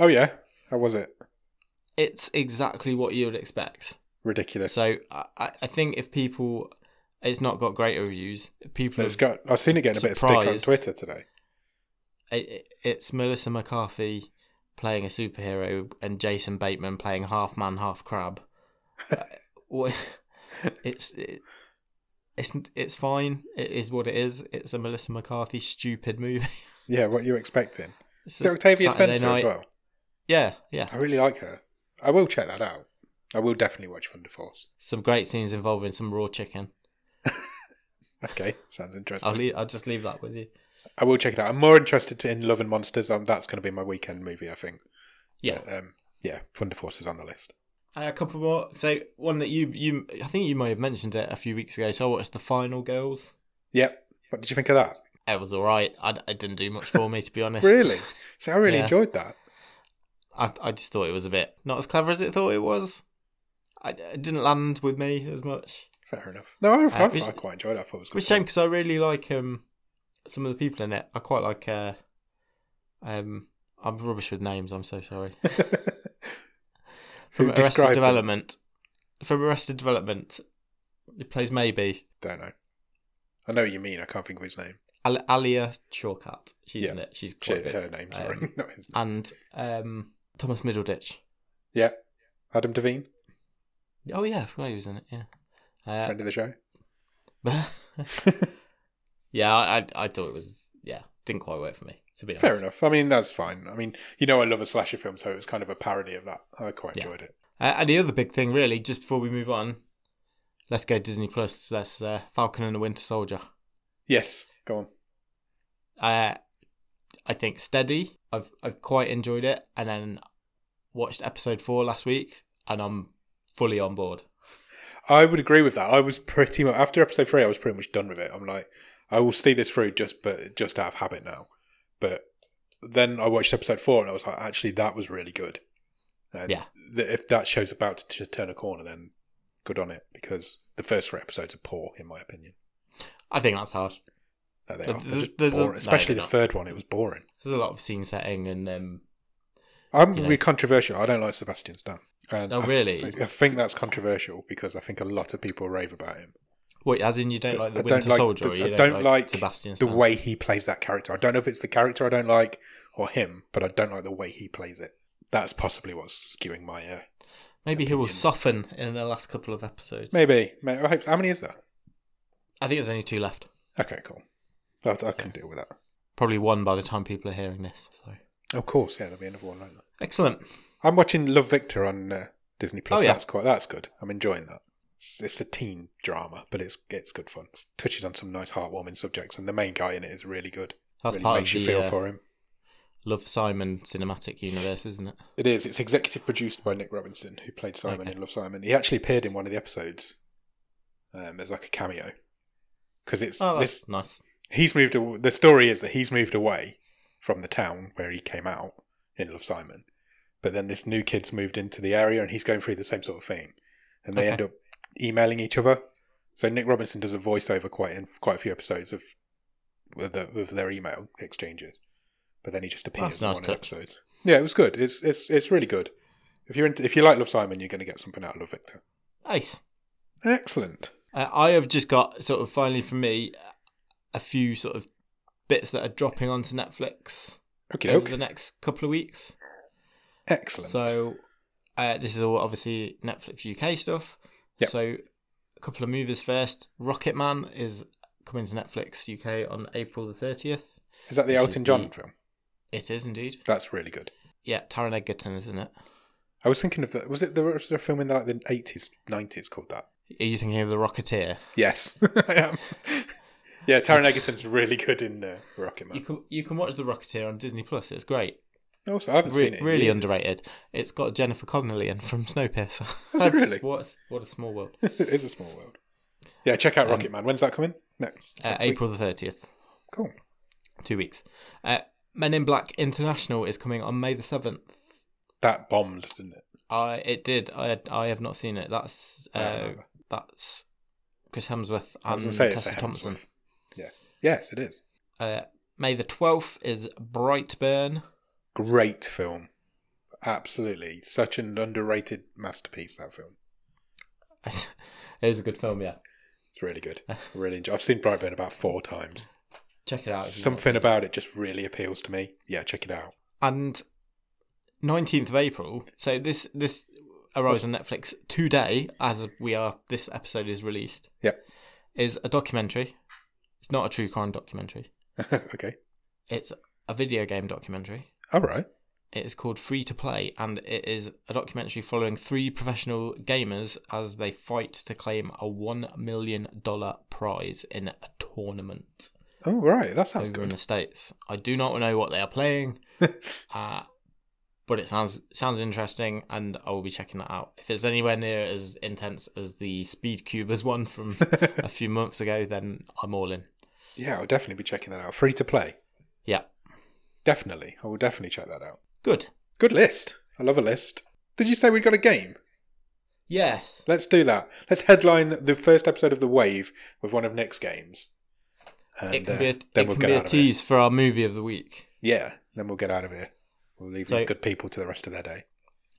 S1: Oh yeah, how was it?
S2: It's exactly what you would expect.
S1: Ridiculous.
S2: So I, I I think if people, it's not got great reviews. People
S1: it's
S2: have,
S1: got. I've seen it getting a bit of
S2: surprised.
S1: stick on Twitter today.
S2: it, it- it's Melissa McCarthy playing a superhero and Jason Bateman playing half man half crab. Uh, [laughs] what- it's it, it's it's fine. It is what it is. It's a Melissa McCarthy stupid movie. [laughs]
S1: Yeah, what you expecting? Is
S2: It's
S1: it
S2: just
S1: Octavia
S2: Saturday
S1: Spencer as
S2: night.
S1: well?
S2: Yeah, yeah.
S1: I really like her. I will check that out. I will definitely watch Thunder Force.
S2: Some great scenes involving some raw chicken.
S1: Okay, sounds interesting.
S2: I'll leave, I'll just leave that with you.
S1: I will check it out. I'm more interested in Love and Monsters. Um, that's going to be my weekend movie, I think.
S2: Yeah.
S1: But, um, yeah, Thunder Force is on the list.
S2: Uh, a couple more. So one that you you I think you may have mentioned it a few weeks ago. So I watched the Final Girls.
S1: Yep. What did you think of that?
S2: It was all right. I, it didn't do much for me to be honest.
S1: Really? See, I really
S2: Yeah.
S1: enjoyed that.
S2: I I just thought it was a bit not as clever as it thought it was. I, it didn't land with me as much.
S1: Fair enough. No, I, I,
S2: Uh, which-
S1: I quite enjoyed. It. I thought it was
S2: It
S1: good.
S2: was a shame because I really like um some of the people in it. I quite like uh um I'm rubbish with names. I'm
S1: [laughs]
S2: so sorry. From
S1: Who
S2: Arrested
S1: described them?
S2: Development. From Arrested Development, he plays maybe
S1: Don't know. I know what you mean. I can't think of his name.
S2: Al- Alia Shawkat. She's
S1: Yeah.
S2: in it. She's
S1: Shit,
S2: quite good.
S1: her name. Sorry, [laughs]
S2: Um,
S1: not his name.
S2: and um Thomas Middleditch.
S1: Yeah, Adam Devine,
S2: Oh yeah, I forgot he was in it. Yeah. Uh,
S1: friend of the show. [laughs]
S2: yeah, I, I I thought it was yeah didn't quite work for me to be honest.
S1: Fair enough. I mean, that's fine. I mean, you know, I love a slasher film, so it was kind of a parody of that. I quite
S2: Yeah.
S1: enjoyed it.
S2: Uh, and the other big thing, really, just before we move on, let's go Disney Plus. That's uh, Falcon and the Winter Soldier.
S1: Yes, go on.
S2: Uh, I think steady. I've I've quite enjoyed it, and then watched episode four last week, and I'm fully on board.
S1: I would agree with that. I was pretty much after episode three. I was pretty much done with it. I'm like, I will see this through just, but just out of habit now. But then I watched episode four, and I was like, actually, that was really good. And
S2: Yeah.
S1: th- if that show's about to t- turn a corner, then good on it because the first three episodes are poor, in my opinion.
S2: I think that's harsh.
S1: No, they
S2: But
S1: are. They're
S2: there's-
S1: just
S2: there's a-
S1: boring.
S2: no,
S1: especially
S2: they're
S1: the
S2: not.
S1: third one. It was boring.
S2: There's a lot of scene setting, and um,
S1: I'm
S2: You know.
S1: really controversial. I don't like Sebastian Stan. And
S2: Oh,
S1: I
S2: really?
S1: think- I think that's controversial because I think a lot of people rave about him.
S2: what as in you don't like the
S1: I don't
S2: Winter
S1: like
S2: Soldier,
S1: the-
S2: or you
S1: I
S2: don't,
S1: don't
S2: like,
S1: like
S2: Sebastian.
S1: the
S2: Stan?
S1: way he plays that character. I don't know if it's the character I don't like or him, but I don't like the way he plays it. That's possibly what's skewing my uh,
S2: maybe he will
S1: opinion.
S2: soften in the last couple of episodes.
S1: maybe. may I hope, how many is there?
S2: I think there's only two left.
S1: Okay, cool. I, I can deal with that.
S2: Probably one by the time people are hearing this. So
S1: Of course, yeah, there'll be another one like that.
S2: excellent.
S1: I'm watching Love Victor on uh, Disney Plus.
S2: Oh, yeah.
S1: That's quite that's good. I'm enjoying that. It's, it's a teen drama, but it's it's good fun. It touches on some nice heartwarming subjects, and the main guy in it is really good.
S2: That's
S1: really
S2: part
S1: makes
S2: of
S1: you
S2: the,
S1: feel
S2: uh,
S1: for him.
S2: Love Simon cinematic universe, isn't it?
S1: It is. It's executive produced by Nick Robinson, who played Simon
S2: Okay.
S1: in Love Simon. He actually appeared in one of the episodes um, as like a cameo because it's
S2: Oh, that's
S1: this,
S2: nice.
S1: he's moved. Aw- the story is that he's moved away from the town where he came out in Love Simon, but then this new kid's moved into the area and he's going through the same sort of thing, and they
S2: Okay.
S1: end up emailing each other. So Nick Robinson does a voiceover quite in quite a few episodes of with, the, with their email exchanges, but then he just appears
S2: That's
S1: in
S2: a nice
S1: one of the
S2: touch.
S1: episodes. Yeah, it was good. It's it's it's really good. If you're into, if you like Love Simon, you're going to get something out of Love Victor.
S2: Ace.
S1: Excellent.
S2: Uh, I have just got sort of finally for me a few sort of bits that are dropping onto Netflix
S1: Okay,
S2: over the next couple of weeks.
S1: excellent.
S2: So uh, this is all obviously Netflix UK stuff.
S1: Yep.
S2: So a couple of movies first. Rocket Man is coming to Netflix UK on April the thirtieth.
S1: is that the
S2: this is
S1: Elton John
S2: the-
S1: film?
S2: It is indeed.
S1: That's really good.
S2: Yeah, Taron Egerton, isn't it?
S1: I was thinking of that. Was it the, was there a film in the, like the eighties, nineties called that?
S2: Are you thinking of the Rocketeer?
S1: Yes, [laughs] I am. yeah, Taron Egerton's really good in uh, Rocket
S2: You
S1: Man.
S2: can you can watch the Rocketeer on Disney Plus. It's great.
S1: Also, I haven't
S2: Re-
S1: seen it. in
S2: really
S1: years.
S2: underrated. It's got Jennifer Connelly in from
S1: [laughs]
S2: Snowpiercer.
S1: Has it really?
S2: What, what a small
S1: [laughs]
S2: world. Uh,
S1: it is a small world. Yeah, check
S2: Um,
S1: out Rocket Man. When's that coming? Next. next week?
S2: Uh, April the 30th,
S1: Cool.
S2: two weeks. Uh, Men in Black International is coming on May the 7th.
S1: That bombed, didn't it?
S2: I It did. I I have not seen it. That's
S1: I
S2: uh,
S1: remember.
S2: that's Chris Hemsworth
S1: I was
S2: and
S1: gonna say it's
S2: Tessa
S1: a Hemsworth.
S2: Thompson.
S1: Yeah. Yes, it is.
S2: Uh, May the 12th is Brightburn. [laughs]
S1: Great film. Absolutely, such an underrated masterpiece. That film.
S2: it was a good film, yeah.
S1: It's really
S2: [laughs]
S1: good. really enjoy. I've seen Brightburn about four times.
S2: Check it out. if you want.
S1: Something about it just really appeals to me. Yeah, check it out.
S2: and 19th of April. So this this arrives on Netflix today as we are this episode is released.
S1: Yep. [laughs]
S2: Is a documentary. It's not a true crime documentary.
S1: okay.
S2: It's a video game documentary.
S1: All right.
S2: It is called Free to Play and it is a documentary following three professional gamers as they fight to claim a 1 million dollar prize in a tournament.
S1: Oh, right. That sounds
S2: over
S1: good.
S2: in the states. I do not know what they
S1: [laughs]
S2: are playing, uh, but it sounds sounds interesting, and I will be checking that out. If it's anywhere near as intense as the Speed Cubers [laughs] one from
S1: [laughs]
S2: a few months ago, then I'm all in.
S1: Yeah, I'll definitely be checking that out. Free to play.
S2: Yeah,
S1: Definitely. I will definitely check that out.
S2: good.
S1: Good list. I love a list. Did you say we got a game?
S2: Yes.
S1: Let's do that. Let's headline the first episode of The Wave with one of Nick's games. And,
S2: it can
S1: uh,
S2: be a,
S1: then
S2: it
S1: we'll
S2: can
S1: get
S2: be a
S1: out of here.
S2: tease for our movie of the week.
S1: Yeah, then we'll get out of here. We'll leave
S2: So-
S1: these good people to the rest of their day. [laughs]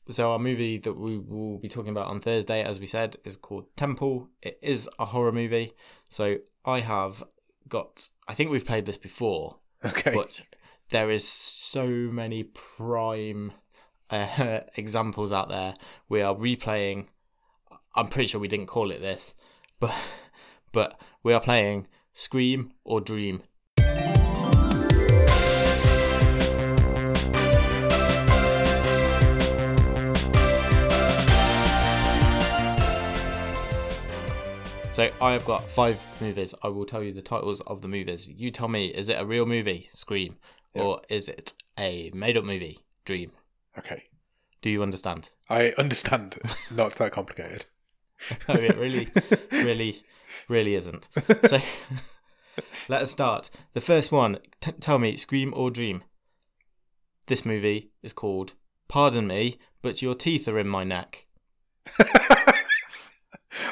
S2: So our movie that we will be talking about on Thursday, as we said, is called Temple. It is a horror movie. So I have got. I think we've played this before,
S1: Okay.
S2: but there is so many prime uh, [laughs] examples out there. We are replaying. I'm pretty sure we didn't call it this, but [laughs] but we are playing Scream or Dream. So I have got five movies. I will tell you the titles of the movies. You tell me, is it a real movie, Scream, or is it a made-up movie, Dream?
S1: okay.
S2: Do you understand?
S1: I understand. It's not that complicated.
S2: [laughs] No, it really, really, really isn't. So [laughs] let us start. The first one. T- tell me, Scream or Dream. This movie is called "Pardon Me, but Your Teeth Are in My Neck."
S1: I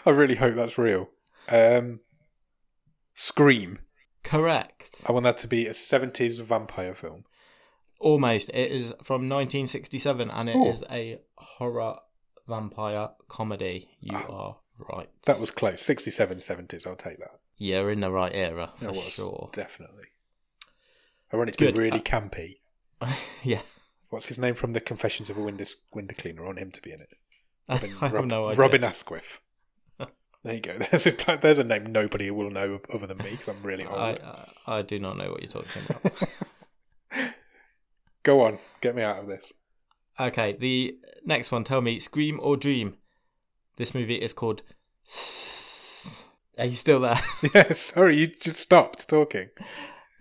S1: really hope that's real. Um, Scream.
S2: Correct.
S1: I want that to be a 70s vampire film.
S2: Almost. It is from 1967, and it is
S1: Ooh.
S2: a horror vampire comedy. You are right.
S1: That was close. 67, 70s. I'll take that.
S2: You're in the right era for
S1: That was.
S2: sure.
S1: Definitely. I want it to
S2: Good.
S1: be really
S2: Uh,
S1: campy.
S2: [laughs]
S1: [laughs]
S2: yeah.
S1: What's his name from the Confessions of a Window, window Cleaner? I want him to be in it.
S2: [laughs] I have
S1: Rob-
S2: no idea.
S1: Robin Asquith. [laughs] There you go. [laughs] There's a, there's a name nobody will know other than me because I'm really old.
S2: I, uh, I I do not know what you're talking about. [laughs]
S1: Go on, get me out of this. [laughs]
S2: okay, the next one. Tell me, Scream or Dream? This movie is called. S- Are you still there? [laughs]
S1: Yeah, sorry, you just stopped talking.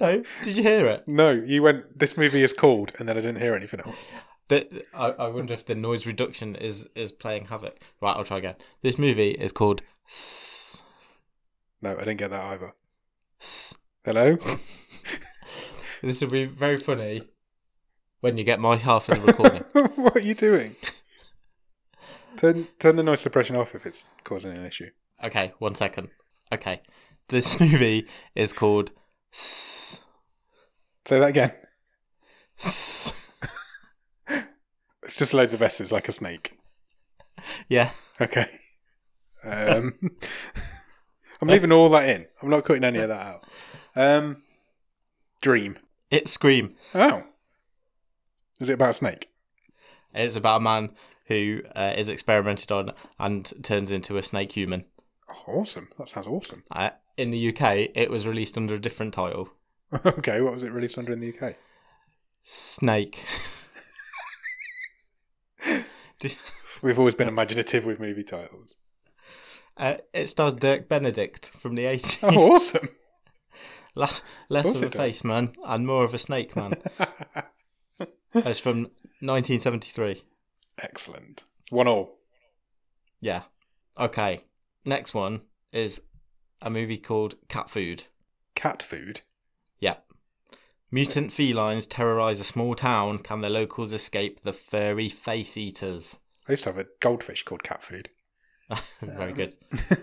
S2: no. Did you hear it?
S1: No, you went. This movie is called, and then I didn't hear anything else.
S2: The, I, I wonder if the noise reduction is is playing havoc. Right, I'll try again. This movie is called. S-
S1: No, I didn't get that either.
S2: S-
S1: Hello.
S2: This will be very funny when you get my half of the recording.
S1: [laughs] what are you doing? Turn turn the noise suppression off if it's causing an issue.
S2: okay, one second. Okay, this [laughs] movie is called. S-
S1: Say that again.
S2: yeah.
S1: It's just loads of s's like a snake. Okay. Um, [laughs] I'm leaving all that in. I'm not cutting any of that out. Um, dream.
S2: It's Scream.
S1: Oh. Is it about a snake?
S2: It's about a man who uh, is experimented on and turns into a snake human.
S1: Oh, awesome. That sounds awesome. [laughs]
S2: Uh, in the UK, it was released under a different title
S1: okay, what was it released under in the UK?
S2: Snake. [laughs]
S1: We've always been imaginative with movie titles.
S2: Uh, it stars Dirk Benedict from the 80s.
S1: Oh, awesome.
S2: Less,
S1: Of
S2: less
S1: course
S2: of a
S1: it does.
S2: face man and more of a snake
S1: [laughs]
S2: man. It's from 1973.
S1: Excellent. One all.
S2: Yeah. Okay. Next one is a movie called Cat Food.
S1: Cat food.
S2: Yep. Mutant felines terrorize a small town. Can the locals escape the furry face eaters? [laughs]
S1: I used to have a goldfish called cat food.
S2: Very good. [laughs]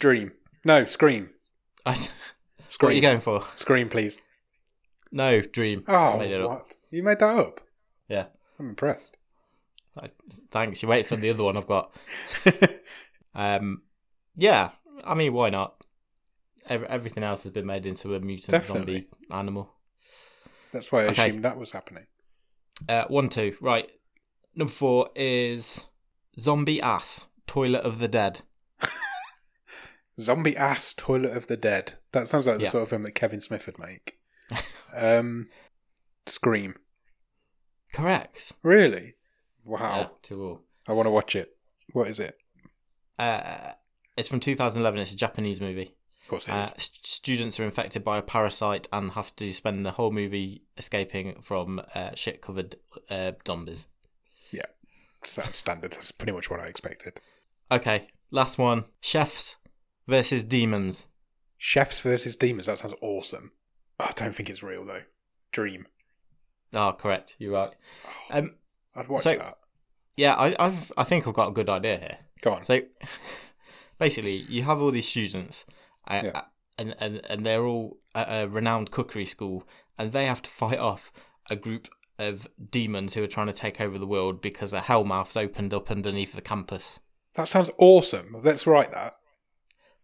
S1: Dream. No, scream.
S2: what
S1: Scream.
S2: are you going for?
S1: Scream, please.
S2: No, dream.
S1: Oh,
S2: I made it up.
S1: what? You made that up.
S2: Yeah.
S1: I'm impressed.
S2: Thanks. You wait for the other one
S1: [laughs]
S2: I've got. Um, yeah. I mean, why not? Ev- everything else has been made into a mutant
S1: Definitely.
S2: zombie animal.
S1: That's why I
S2: Okay.
S1: assumed that was happening.
S2: Uh, one, two. Right. Number four is zombie ass toilet of the dead.
S1: Zombie ass toilet of the dead. That sounds like the
S2: Yeah.
S1: sort of film that Kevin Smith would make. um, scream.
S2: Correct.
S1: Really? Wow.
S2: Yeah, two all.
S1: I want to watch it. What is it?
S2: Uh, it's from 2011. It's a Japanese movie.
S1: Of course it is.
S2: Uh, st- students are infected by a parasite and have to spend the whole movie escaping from uh, shit-covered uh, zombies.
S1: Sounds standard. That's pretty much what I expected.
S2: Okay, last one: chefs versus demons.
S1: Chefs versus demons. That sounds awesome. I don't think it's real though. Dream.
S2: Ah, correct. You're right. Um,
S1: I'd watch
S2: So-
S1: that.
S2: yeah, I, I've I think I've got a good idea here.
S1: Go on.
S2: So [laughs] basically, you have all these students, uh,
S1: Yeah.
S2: and, and and they're all at a renowned cookery school, and they have to fight off a group of demons who are trying to take over the world because a hellmouth's opened up underneath the campus.
S1: that sounds awesome. Let's write that.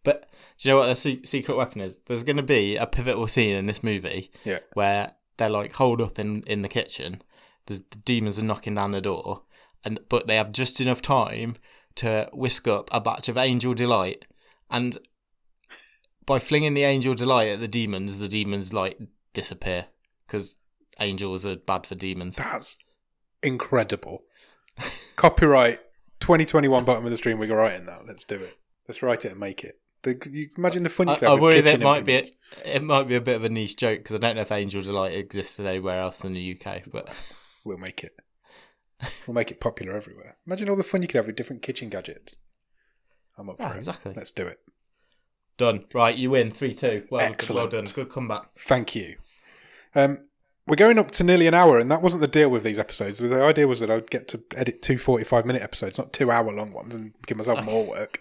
S2: But do you know what their se- secret weapon is? There's going to be a pivotal scene in this movie
S1: Yeah.
S2: where they're like holed up in, in the kitchen. There's, the demons are knocking down the door, and but they have just enough time to whisk up a batch of angel delight, and by flinging the angel delight at the demons, the demons like disappear because angels are bad for demons.
S1: That's incredible. [laughs] Copyright 2021 bottom of the stream. We're writing that. Let's do it. Let's write it and make it. The, you imagine the fun.
S2: I,
S1: you could
S2: I
S1: have with
S2: worry that
S1: kitchen
S2: might be a,
S1: implements.
S2: it might be a bit of a niche joke because I don't know if angel delight exists anywhere else than the UK, but. [laughs]
S1: We'll make it. We'll make it popular everywhere. Imagine all the fun you could have with different kitchen gadgets. I'm up for
S2: Ah,
S1: it.
S2: exactly.
S1: Let's do it.
S2: Done. Right, you win. 3 2. Well,
S1: Excellent.
S2: well done. Good comeback.
S1: Thank you. Um, we're going up to nearly an hour, and that wasn't the deal with these episodes. The idea was that I'd get to edit two 45 minute episodes, not two hour long ones, and give myself more
S2: [laughs]
S1: work.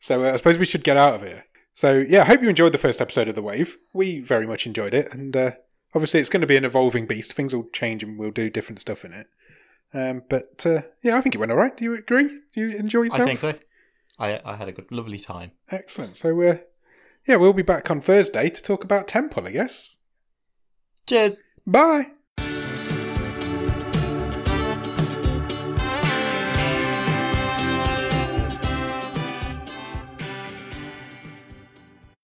S1: So uh, I suppose we should get out of here. So, yeah, I hope you enjoyed the first episode of The Wave. We very much enjoyed it, and uh, obviously it's going to be an evolving beast. Things will change, and we'll do different stuff in it. Um, but uh, yeah, I think it went all right. Do you agree? Do you enjoy yourself?
S2: I think so. I, I had a good, lovely time.
S1: Excellent. So, uh, yeah, we'll be back on Thursday to talk about Temple, I guess.
S2: Cheers.
S1: Bye.